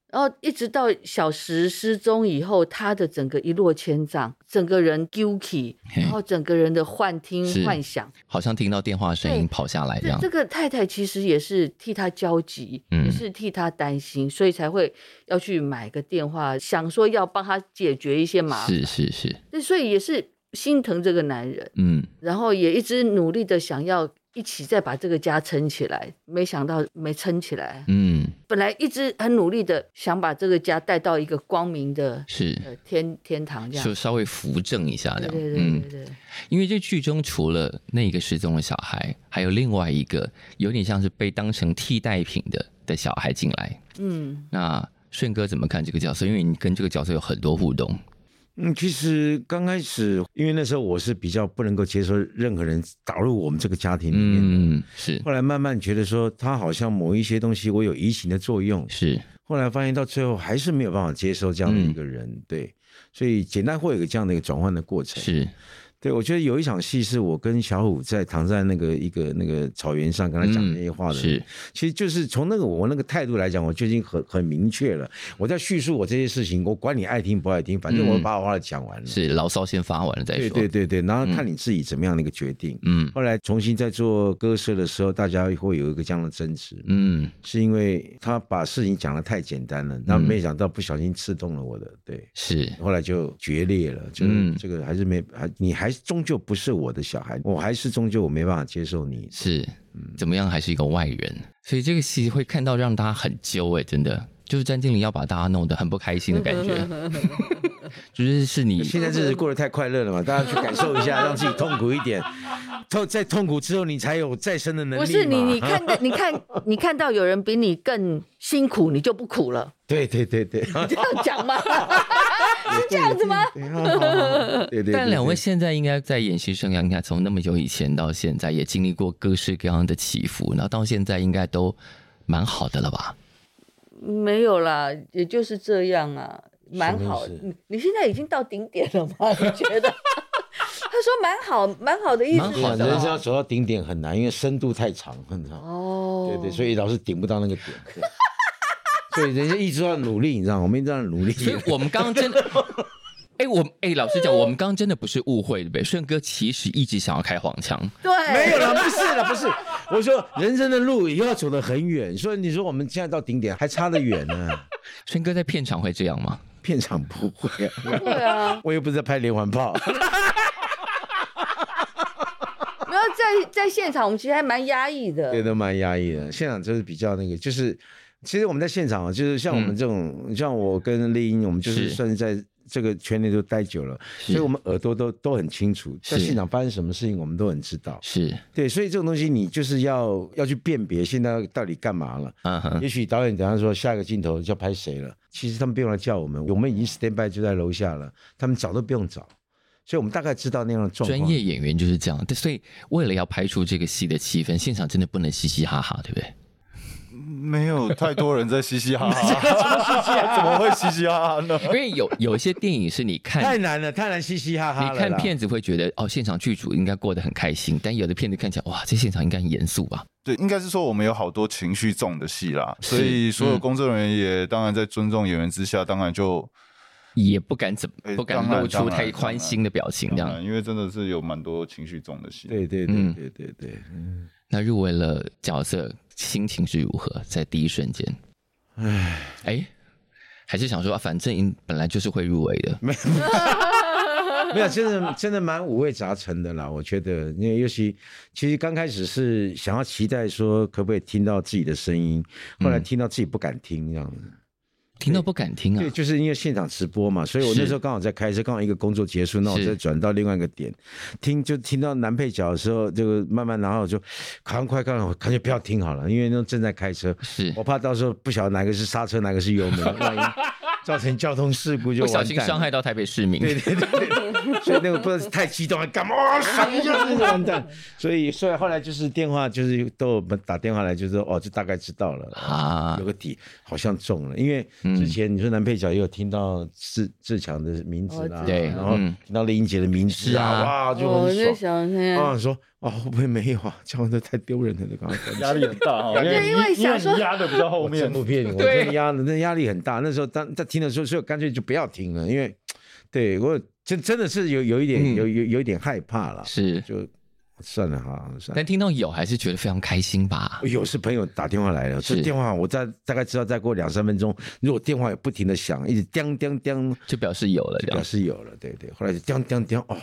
然后一直到小石失踪以后，他的整个一落千丈，整个人 guilty，
嘿
然后整个人的幻听
是
幻想，
好像听到电话声音
对
跑下来这
这
样
这，个太太其实也是替他焦急，
嗯
也是替他担心，所以才会要去买个电话，想说要帮他解决一些麻烦。
是是是，
那所以也是心疼这个男人，
嗯，
然后也一直努力的想要一起再把这个家撑起来，没想到没撑起来。
嗯，
本来一直很努力的想把这个家带到一个光明的
是，
呃天天堂这样
就。稍微扶正一下这
对
样，
对对
嗯
对，对，
因为这剧中除了那个失踪的小孩，还有另外一个有点像是被当成替代品的的小孩进来。
嗯，
那顺哥怎么看这个角色？因为你跟这个角色有很多互动，
嗯，其实刚开始，因为那时候我是比较不能够接受任何人打入我们这个家庭里面的。
嗯，是
后来慢慢觉得说，他好像某一些东西我有移情的作用，
是，嗯
后来发现到最后还是没有办法接受这样的一个人，对，所以简单会有一个这样的一个转换的过程。
是，
对，我觉得有一场戏是我跟小虎在躺在那个一个那个草原上跟他讲
嗯
那些话的，
是，
其实就是从那个我那个态度来讲，我就已经很很明确了。我在叙述我这些事情，我管你爱听不爱听，反正我
嗯
把我话讲完了。
是牢骚先发完了再
对
说。
对对对，然后看你自己怎么样的一个决定。
嗯
后来重新在做歌社的时候，大家会有一个这样的争执，
嗯，
是因为他把事情讲得太简单了，那没想到不小心刺痛了我的，对。
是
后来就决裂了，就是
嗯
这个还是没，还你还是终究不是我的小孩，我还是终究我没办法接受你。
是，
嗯
怎么样还是一个外人，所以这个戏会看到让大家很揪哎、真的。就是詹经理要把大家弄得很不开心的感觉，就是是 你
现在日子过得太快乐了嘛，大家去感受一下，让自己痛苦一点。痛在痛苦之后，你才有再生的能力嘛。
不是你， 你看到，你看，你看到有人比你更辛苦，你就不苦了，
对对对对，是
这样讲吗？是这样子吗？
对好好好对对对。
但两
对
位现在应该在演戏生涯，应该从那么久以前到现在，也经历过各式各样的起伏，然后到现在应该都蛮好的了吧？
没有啦，也就是这样啊，蛮
什么意
好。
思
你你现在已经到顶点了吗？你觉得？他说蛮好，蛮 好的啊意思
蛮
是
好
什
的
人生要
么？
走到顶点很难，因为深度太长，很长。
哦，
对对，所以老是顶不到那个点。对所以人家一直要努力，你知道吗，我们一直要努力。
所以我们刚刚真 的，哎、我哎、老实讲，我们刚刚真的不是误会，对不对？顺哥其实一直想要开黄腔，
对，
没有了，不是了，不是。我说人生的路也要走得很远，所以你说我们现在到顶点还差得远呢、
顺哥在片场会这样吗？
片场不会、啊，
对啊，
我又不是在拍连环炮。
没有在在现场，我们其实还蛮压抑的。
对，都蛮压抑的。现场就是比较那个，就是其实我们在现场啊，就是像我们这种，像我跟丽英，我们就是
嗯是
算是在这个圈内都待久了，所以我们耳朵都都很清楚，在
是
现场发生什么事情我们都很知道。
是，
对，所以这种东西你就是要要去辨别现在到底干嘛了。
嗯哼，
也许导演等下说下一个镜头要拍谁了，其实他们不用来叫我们，我们已经 stand by 就在楼下了，他们找都不用找，所以我们大概知道那样的状况。
专业演员就是这样。对所以为了要拍出这个戏的气氛，现场真的不能嘻嘻哈哈，对不对？
没有太多人在嘻嘻哈 哈， 怎么会嘻嘻哈哈呢？
因为有有一些电影是你看
太难了，太难嘻嘻哈哈了啦。
你看片子会觉得哦，现场剧组应该过得很开心，但有的片子看起来哇，这现场应该很严肃吧？
对，应该是说我们有好多情绪重的戏啦，所以所有工作人员也当然在尊重演员之下，当然就
也不敢怎
哎
不敢
当然
露出
当然
太宽心的表情这
当然
样。
因为真的是有蛮多情绪重的戏。
对对对
嗯
对对对，
那入围了角色，心情是如何？在第一瞬间，哎哎，还是想说，啊反正本来就是会入围的，
没有，真的真的蛮五味杂陈的啦。我觉得，因为尤其其实刚开始是想要期待说可不可以听到自己的声音，后来听到自己不敢听这样子。
听到不敢听啊
对，。就是因为现场直播嘛，所以我那
是
时候刚好在开车，刚好一个工作结束，那我
是
再转到另外一个点，听就听到男配角的时候，这个慢慢，然后我就赶快，赶快，我感觉不要听好了，因为那正在开车，
是
我怕到时候不晓得哪个是刹车，哪个是油门，万一造成交通事故就
不
完蛋
小心伤
了
害到台北市民，
对对对对，所以那个不知道是太激动了，干嘛啊闪一下就是完蛋。所以所以后来就是电话就是都有打电话来，就说哦，就大概知道了
啊
有个底，好像中了。因为之前你说男配角也有听到志志强的名字啦
哦，
对
然后
嗯
听到林英杰的名字
是
啊，
啊
哇，就
我
很爽。
就想哦那嗯样。
啊，说哦，会不会没有啊？这样都太丢人了，这个。
压力很大哈，
对因为想说
因为你压的比较后
我真
面，
不骗你，我
对
真的压那压力很大。那时候当在听的时候，所以我干脆就不要听了，因为对我真真的是有有一点
嗯
有有有一点害怕了，
是。
就算了哈，算了
但。听到有还是觉得非常开心吧？
有是朋友打电话来了，这
是
电话我大大概知道，再过两三分钟，如果电话也不停的响，一直叮叮叮，
就表示有了
就
这
表
样。
示有了，对对。后来就叮叮叮，哦，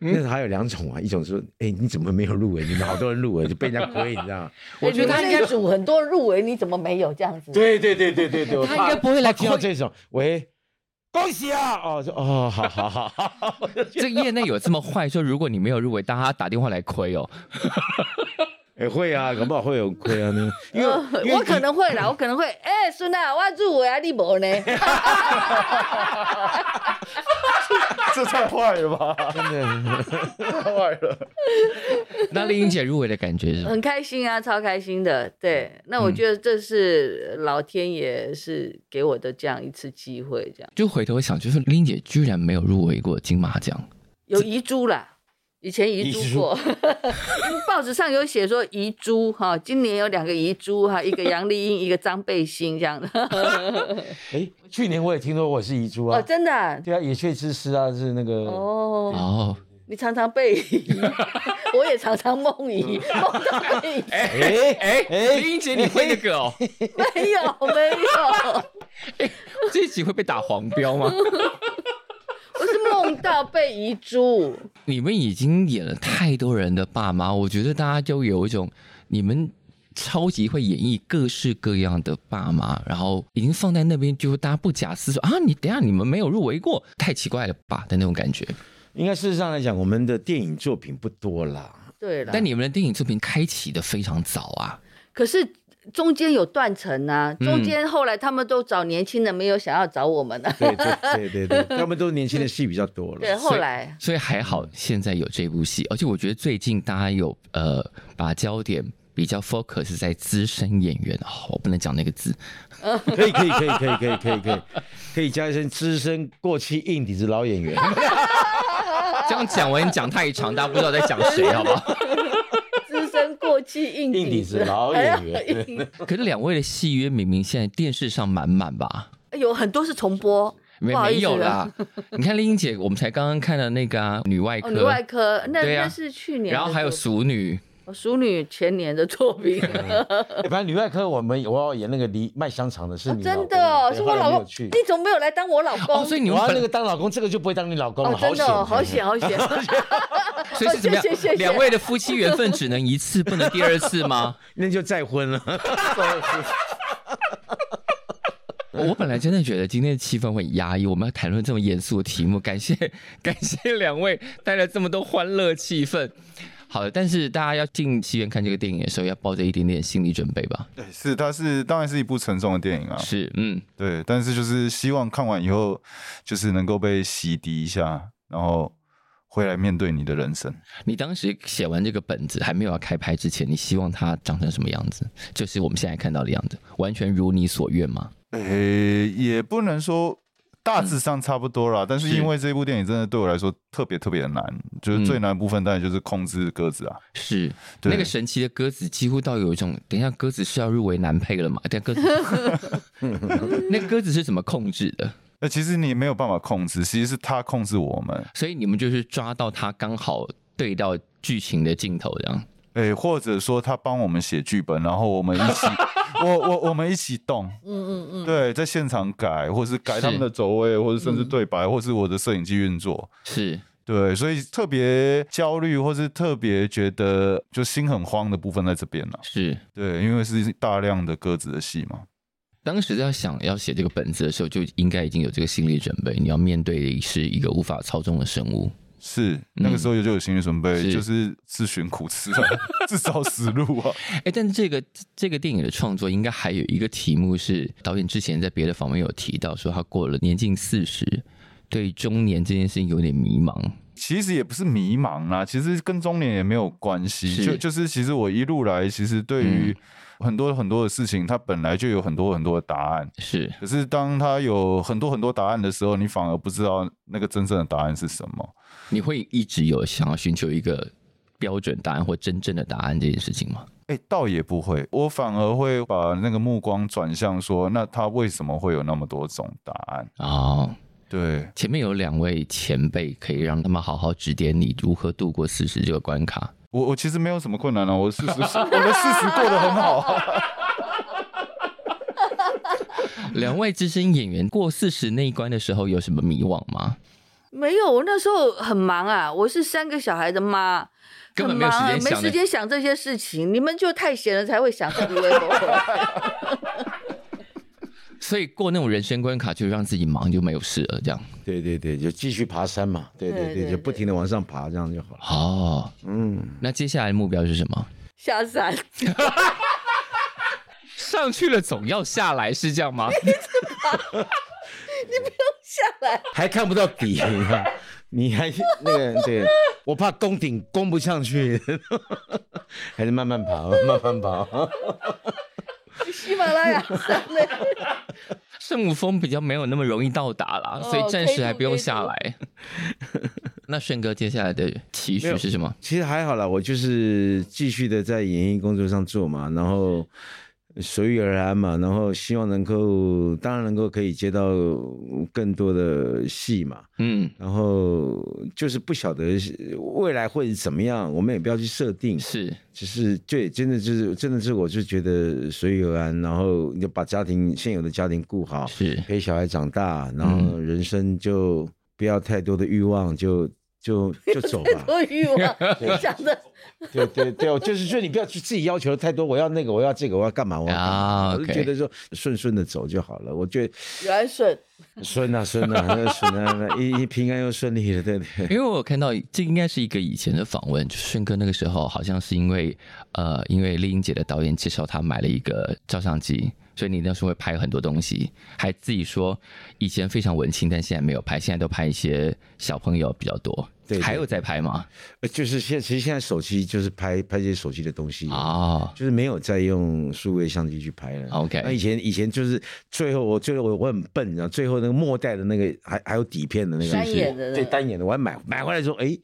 那时候还有两种啊，一种说，哎，你怎么没有入围？你们好多人入啊围，就被人家亏，你知道吗？
我觉得
哎
他应该组很多入围，你怎么没有这样 子？
对对对对对对，
他应该不会来
听到
亏
这种，喂，恭喜啊！哦，说哦，好好好好，
这业内有这么坏，说如果你没有入围，大家打电话来亏 哦。
也、会啊，搞不好会有亏 啊，那因为
呃我可能会啦，我可能会。哎，孙娜，我入围啊，你无呢？
这太坏了吧？太坏了。
那丽英姐入围的感觉是什么？
很开心啊，超开心的。对，那我觉得这是老天爷是给我的这样一次机会，这样
就回头想，就是丽英姐居然没有入围过金马奖，
有遗珠啦。以前遗珠过， 报纸上有写说遗珠哈，今年有两个遗珠哈，一个杨丽英，一个张贝欣这样的。
哎，去年我也听说我是遗珠啊，
哦，真的啊、
对啊，野雀之师啊，是那个、
哦，
哦，
你常常被遗，我也常常梦遗，梦到被遗，
哎哎哎
丽英姐你会那个哦？
没有没有，
这一集会被打黄标吗？
我是梦到被遗珠。
你们已经演了太多人的爸妈，我觉得大家就有一种你们超级会演绎各式各样的爸妈，然后已经放在那边，就大家不假思索啊，你等一下你们没有入围过，太奇怪了吧的那种感觉。
应该事实上来讲，我们的电影作品不多 啦。
对了，
但你们的电影作品开启的非常早啊，
可是中间有断层啊，
嗯
中间后来他们都找年轻的，没有想要找我 们啊。
对对对对 对，他们都年轻的戏比较多
对，
了。
后来
所以还好现在有这部戏，而且我觉得最近大家有呃把焦点比较 focus 在资深演员，哦，我不能讲那个字，
可以可以可以可以可 以可以可以可以加一声资深过气硬底子老演员，
这样讲完讲太长，大家不知道在讲谁，好不好？
资深过去硬
硬底子老演 员
可是两位的戏约明明现在电视上满满吧？
有哎很多是重播，
没
不好
没
意思啊
有啦
啦。
你看丽英姐，我们才刚刚看的那个、啊、女外科，
哦，女外科那
对啊
那是去年的作品，
然后还有哎熟女，
哦淑女前年的作 品，
反正女外科我们我要演那个离卖香肠的是你老公、
真的哦
对
是
后
我
来
老
没有
公，
去
你怎么没有来当我老公？
哦，所以你
你
们
要那
本
个当老公，这个就不会当你老公了，
哦，真的哦好险好险，
所 以是怎么样
谢谢谢谢？
两位的夫妻缘分只能一次，不能第二次 吗？
那就再婚 了。
我本来真的觉得今天的气氛会很压抑，我们要谈论这么严肃的题目，感谢 感谢两位带来这么多欢乐气氛。好的，但是大家要进戏院看这个电影的时候，要抱着一点点心理准备吧。
对，是，它是当然是一部沉重的电影啊，
是，嗯，
对，但是就是希望看完以后，就是能够被洗涤一下，然后回来面对你的人生。
你当时写完这个本子还没有要开拍之前，你希望它长成什么样子？就是我们现在看到的样子，完全如你所愿吗？
呃、也不能说大致上差不多啦，但是
是
因为这部电影真的对我来说特别特别的难，就是
嗯
最难的部分当然就是控制鸽子啊，
是，
对
那个神奇的鸽子几乎到有一种，等一下鸽子是要入围男配了吗？但鸽子， 那鸽子是怎么控制的？
那其实你没有办法控制，其实是他控制我们，
所以你们就是抓到它刚好对到剧情的镜头，这样
哎、或者说他帮我们写剧本，然后我们一起，我我我们一起动，
嗯嗯嗯，
对，在现场改，或者是改他们的走位，或者甚至对白，或是我的摄影机运作。
是
对，所以特别焦虑，或是特别觉得就心很慌的部分在这边了、
是。
对，因为是大量的鸽子的戏嘛。
当时在想要写这个本子的时候，就应该已经有这个心理准备，你要面对的是一个无法操纵的生物。
是那个时候就有心理准备，
是
就是自寻苦吃啊， 自找死路啊。
哎，但这个这个电影的创作应该还有一个题目是导演之前在别的访问有提到，说他过了年近四十，对中年这件事情有点迷茫。
其实也不是迷茫啦、其实跟中年也没有关系。
是
就就是嗯其实我一路来，其实对于很多很多的事情，它本来就有很多很多的答案。
是
可是当它有很多很多答案的时候，你反而不知道那个真正的答案是什么。
你会一直有想要寻求一个标准答案或真正的答案这件事情吗？
哎、倒也不会，我反而会把那个目光转向说，那它为什么会有那么多种答案？
哦，
对，
前面有两位前辈可以让他们好好指点你如何度过四十这个关卡。
我我其实没有什么困难啊，我四十，我的四十过得很好 啊。
两位资深演员过四十那一关的时候有什么迷惘吗？
没有，我那时候很忙啊，我是三个小孩的妈。
根本
很
没有
忙啊
时间想
没时
的
间想这些事情，你们就太闲了才会想这个 UFO。
所以过那种人生关卡就让自己忙就没有事了，这样。
对对对，就继续爬山嘛，对对
对
对，
对
就不停的往上爬，这样就好了。
哦，
嗯，
那接下来的目标是什么？
下山，
上去了总要下来，是这样 吗？
下来，
还看不到底，你看，你还那个对，我怕攻顶攻不上去， 还是慢慢爬，慢慢爬。
喜马拉雅山嘞。
圣母峰比较没有那么容易到达啦，
哦
所以暂时还不用
可以
下来。 那顺哥接下来的期
没
许
有
是什么？
其实还好啦，我就是继续的在演艺工作上做嘛，然后随遇而安嘛，然后希望能够，当然能够可以接到更多的戏嘛，
嗯，
然后就是不晓得是未来会怎么样，我们也不要去设定，
是
只是对，真的就是真的是，我就觉得随遇而安，然后你就把家庭现有的家庭顾好，
是
陪小孩长大，然后人生就不要太多的欲望，就就就走吧。
多欲望，你想的
对对对，我就是说你不要去自己要求太多，我要那个，我要这个，我要干嘛，我要干嘛。
啊
我就
OK
觉得说顺顺的走就好了。我 觉得
元顺，
顺啊顺啊那顺啊， 一一平安又顺利了，对对。
因为我看到这应该是一个以前的访问，就顺哥那个时候好像是因为呃，因为丽英姐的导演介绍他买了一个照相机，所以你那时候会拍很多东西，还自己说以前非常文青，但现在没有拍，现在都拍一些小朋友比较多。
对，
还
对
有在拍吗？
呃就是现其实现在手机就是拍拍这些手机的东西，
哦，
就是没有再用数位相机去拍了。
OK
那以前以前就是最后我最后我我很笨，你知道最后那个末代的那个还还有底片的那个
单眼的那个
对单眼的，我还买买回来之后，哎，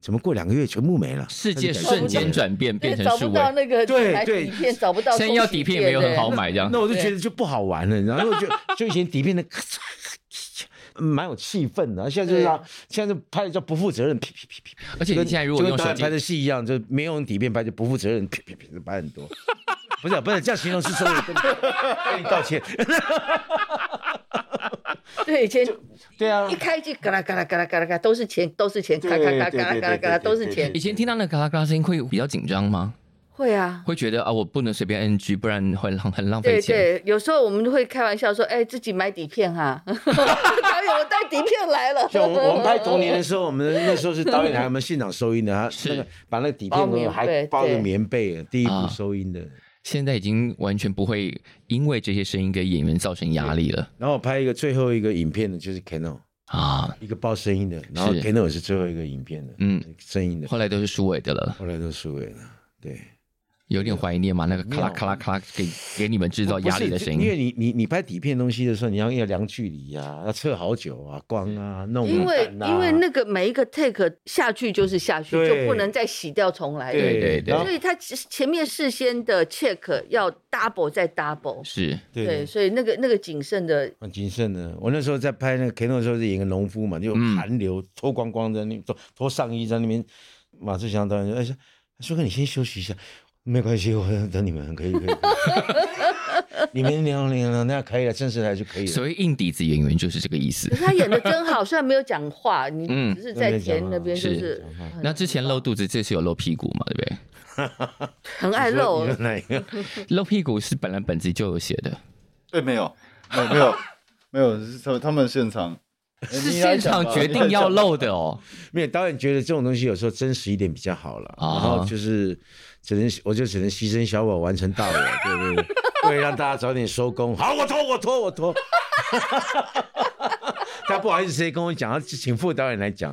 怎么过两个月全部没了？
世界
那就
瞬间转变，变成
对哎找
数
不
位。
到那个
对
买
对
底片，找不到
现在要底片也没有很好买，这样
那我就觉得就不好玩了，然后就就以前底片的咔嚓咔嚓蛮有气氛的，现在就是让现在就拍的叫不负责任，噼噼噼噼噼，
而且你
跟
现在如
就
果用
跟导
手
演
机
拍，的戏一样，就没有用底片拍就不负责任，噼噼噼就拍很多。不是啊、不是啊、这样形容是什么？对不起跟你道歉。
对，以前
对啊
一，开机嘎啦嘎啦嘎啦嘎啦嘎，都是钱，都是钱，
对
咔咔咔
对
嘎啦
对
嘎啦
对
嘎啦，
对
都是
对
钱
对
以。前听到那嘎啦嘎啦声音会比较紧张吗？
会啊，
会觉得啊，我不能随便 NG，不然会浪很浪费
对
钱。
对，有时候我们会开玩笑说，哎，自己买底片哈， 导演，我带底片来
嗯
了。
像我们我们拍《童年》的时候，我们那时候是导演还有我们现场收音的，他
是
那个把那个底片
包棉
都还
被
包着
对
棉被，第一
啊
部收音的。
现在已经完全不会因为这些声音给演员造成压力了
然后我拍一个最后一个影片的，就是 Cano。
啊。
一个报声音的，然后
是
Kano 也是最后一个影片的，
嗯
嗯，声音的，
后来都是数位的了，
后来都输给了，对，哦
有点怀念嘛，那个咔啦咔啦咔啦给给你们制造压力的声
不是
音。
因为你你你拍底片东西的时候，你要要量距离啊，要测好久啊，光啊，弄
因为
嗯
蛋啊
因为那个每一个 take 下去就是下去，
对
就不能再洗掉重来
对
了。
对对
然后
所以他其实前面事先的 check 要 double 再 double，
是
对，
对。
所以那个那个谨慎的
很谨慎的，我那时候在拍那个 Kano 的时候是演个农夫嘛，就
嗯
寒流脱光光在那边脱脱上衣在那边，马志祥导演说：“哎，说说哥你先休息一下，没关系，我等你们，可以可 以，可以你们聊聊聊，那可以了，正式来就可以了。”
所谓硬底子演员就是这个意思
可。是他演的 真好，虽然没有讲话，你
嗯
只是在田
啊
那边就是是
嗯
很
那之前露肚子，这次有露屁股嘛？对不对？
很爱露
你，说哪一个？
露屁股是本来本子就有写的，
哎，没有，没有，没有，没有，是他们他们现场
哎
是现场决定要露的 哦。
没有导演觉得这种东西有时候真实一点比较好了，
啊
然后就是只能我就只能牺牲小我完成大我， 对不对？为了让大家早点收工，好，我拖我拖我拖。 他不好意思直接跟我讲，他请副导演来讲。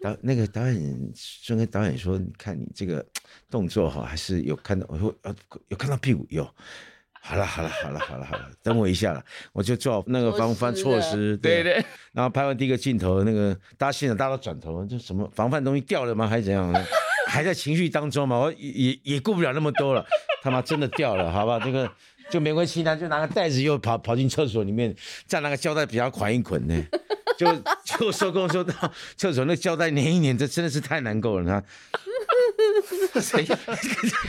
导那个导演孙哥导演说：“你看你这个动作哈，还是有看到。”我说：“呃，有看到屁股有。”好了好了好了好了好了，等我一下了，我就做好那个防范措
措施
施。
对对，
然后拍完第一个镜头，那个大家现场大家都转头，就什么防范东西掉了吗？还是怎样？ 还在情绪当中嘛，我也也也顾不了那么多了， 他妈真的掉了，好吧，这个就没关系，那就拿个袋子又跑跑进厕所里面，再拿个胶带比较捆一捆呢， 就就收工收到厕所那胶带粘一粘，这真的是太难过了，他
谁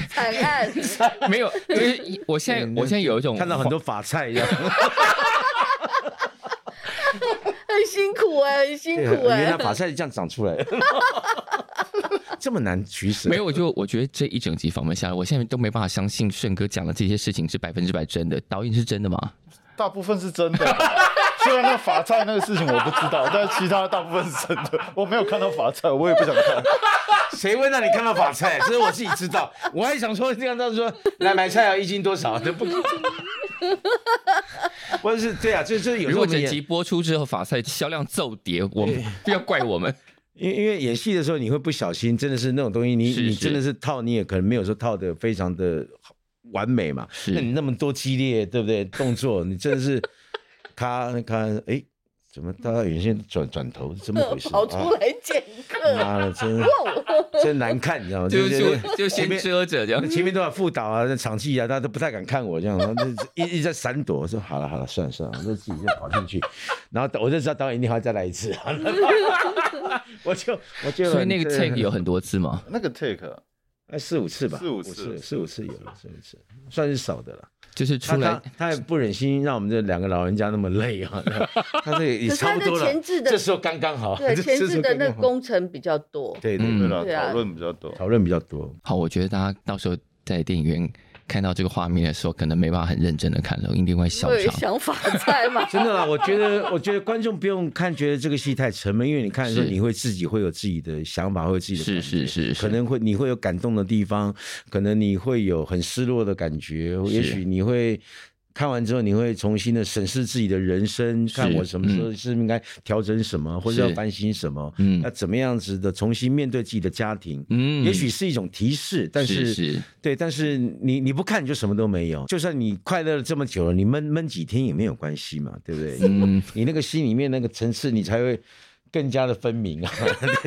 惨 案。
没有？因为我现在我现在有一种
看到很多法菜一样，
很辛苦哎、很辛
对啊
苦哎、
原来法菜是这样长出来的， 这么难取舍，
没有，我就我觉得这一整集访问下来，我现在都没办法相信顺哥讲的这些事情是百分之百真的。导演是真的吗？
大部分是真的 吧。虽然那法菜那个事情我不知道，但其他大部分是真的。我没有看到法菜，我也不想看。
谁会让你看到法菜？这是我自己知道。我还想说，这样他说来买菜啊，一斤多少？这不 可能。我是对啊，就就是有时
如
候我
果
们
整
演
集，播出之后，法赛销量骤跌，我们 不要怪我们。
因为因为演戏的时候，你会不小心，真的是那种东西，你
是
你
是
真的是套，你也可能没有说套的非常的完美嘛。那你那么多激烈，对不对？动作，你真的是 咔咔，哎，怎么大家原先转转头，怎么回事？
跑出 来见客，
啊，妈的，真的真难看，你知道吗？
就
觉
就
得
就先
前面
遮着这样
那。 前面都有副导啊、那场记啊，大家都不太敢看我这样，然 后就一一直在闪躲。我说好了好了，算了算了，我就自己就跑进去。 然后我就知道导演一定要再来一次， 我就我就
所以那个 take 有
很
很多次吗？
那个 take 啊
哎四五次吧，
四五次
次四五次有四五次，算是少的了。
就是出
他
来
他他也不忍心让我们这两个老人家那么累啊， 他这也
可是
差
他
不
的
多了
前。置的
这时候刚刚好，
对
这
前
这时
置
候
的那
刚
个
刚好
工程比较多，
对对
嗯
对，
对啦，
对啊
讨论比较多。
讨论比较多。？
好，我觉得大家到时候在电影院看到这个画面的时候，可能没办法很认真的看了，一定会笑
会有
场。
想法在嘛
真的啦，我觉得，我觉得观众不用看，觉得这个戏太沉闷，因为你看的时候，
是
你会自己会有自己的想法，会有自己的
是
感觉
是是是
可能会你会有感动的地方，可能你会有很失落的感觉，也许你会看完之后，你会重新的审视自己的人生，
是嗯
看我什么时候是应该调整什么，或者
是
要反省什么，
嗯
那怎么样子的重新面对自己的家庭，
嗯
也许是一种提示，但是
是是
对，但是你你不看你就什么都没有，就算你快乐了这么久了，你闷闷几天也没有关系嘛，对不对？
嗯，
你那个心里面那个层次，你才会更加的分明啊。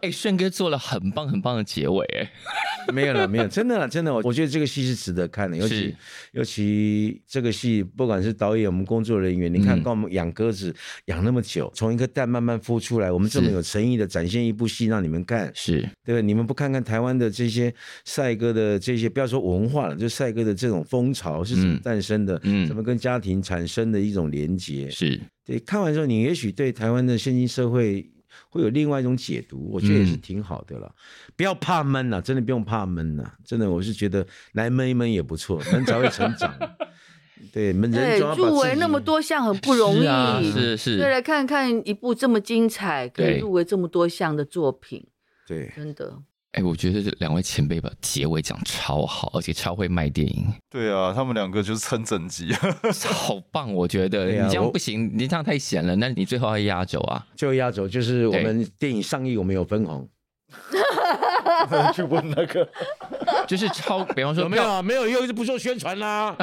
哎，顺哥做了很棒很棒的结尾，哎，
没有了，没有，真的了，真的，我我觉得这个戏是值得看的，尤
是
其尤其这个戏，不管是导演，我们工作人员，你看，
嗯
跟我们养鸽子养那么久，从一颗蛋慢慢孵出来，我们这么
是
有诚意的展现一部戏让你们看，
是
对不对？你们不看看台湾的这些赛鸽的这些，不要说文化了，就赛鸽的这种风潮是怎么
嗯
诞生的，
嗯
怎么跟家庭产生的一种连结，
是，
对，看完之后，你也许对台湾的现今社会会有另外一种解读，我觉得也是
嗯
挺好的了。不要怕闷了，真的不用怕闷了，真的，我是觉得来闷一闷也不错，闷才会成 长。对，闷人
对
总要，把
入围
自己
那么，多项很不容易。
是啊是
对，
是，
来看看一部这么精彩，可
对
以入围这么多项的作品，
对，
真 的。
哎，我觉得这两位前辈把结尾讲超好，而且超会卖电影，
对啊，他们两个就是撑整集，
好棒！我觉得
对啊
你这样
我
不行，你这样太闲了，那你最后要压轴啊。
最后压轴就是我们电影上映有没有分红？
去问 那个
就是超，比方说
有没有
票
啊？没有又是不做宣 传啦，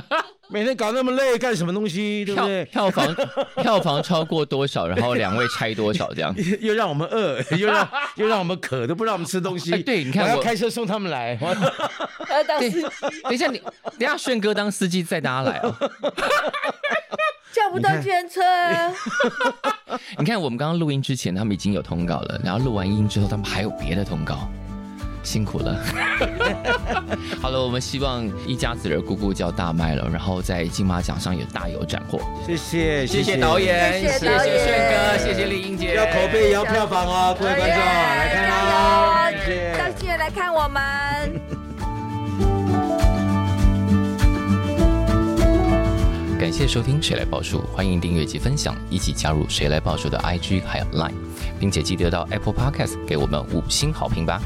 每天搞那么累干什么东西？对不
票
对？
票房票房超过多少，然后两位拆多少 这样。
又让我们饿， 又让又让我们渴，都不让我们吃东西。
哎 对你看
我要
我
开车送他们来。
还要当司
对
机，
等一下你，等一下顺哥当司机载大家来啊！
叫不到计程车啊，
你看我们刚刚录音之前，他们已经有通告了，然后录完音之后，他们还有别的通告，辛苦了。 好了，我们希望一家子儿姑姑叫大卖了，然后在金马奖上也大有斩获。
谢谢，
谢谢导演，
谢谢导演
顺哥，谢谢丽英姐，
要口碑也要票房哦， 各位观众来看啦！
哎加
谢
油！
谢
到。戏院来看我们。
感谢收听《谁来报数》，欢迎订阅及分享，一起加入《谁来报数》的 IG 还有 Line，并且记得到 Apple Podcast 给我们五星好评吧。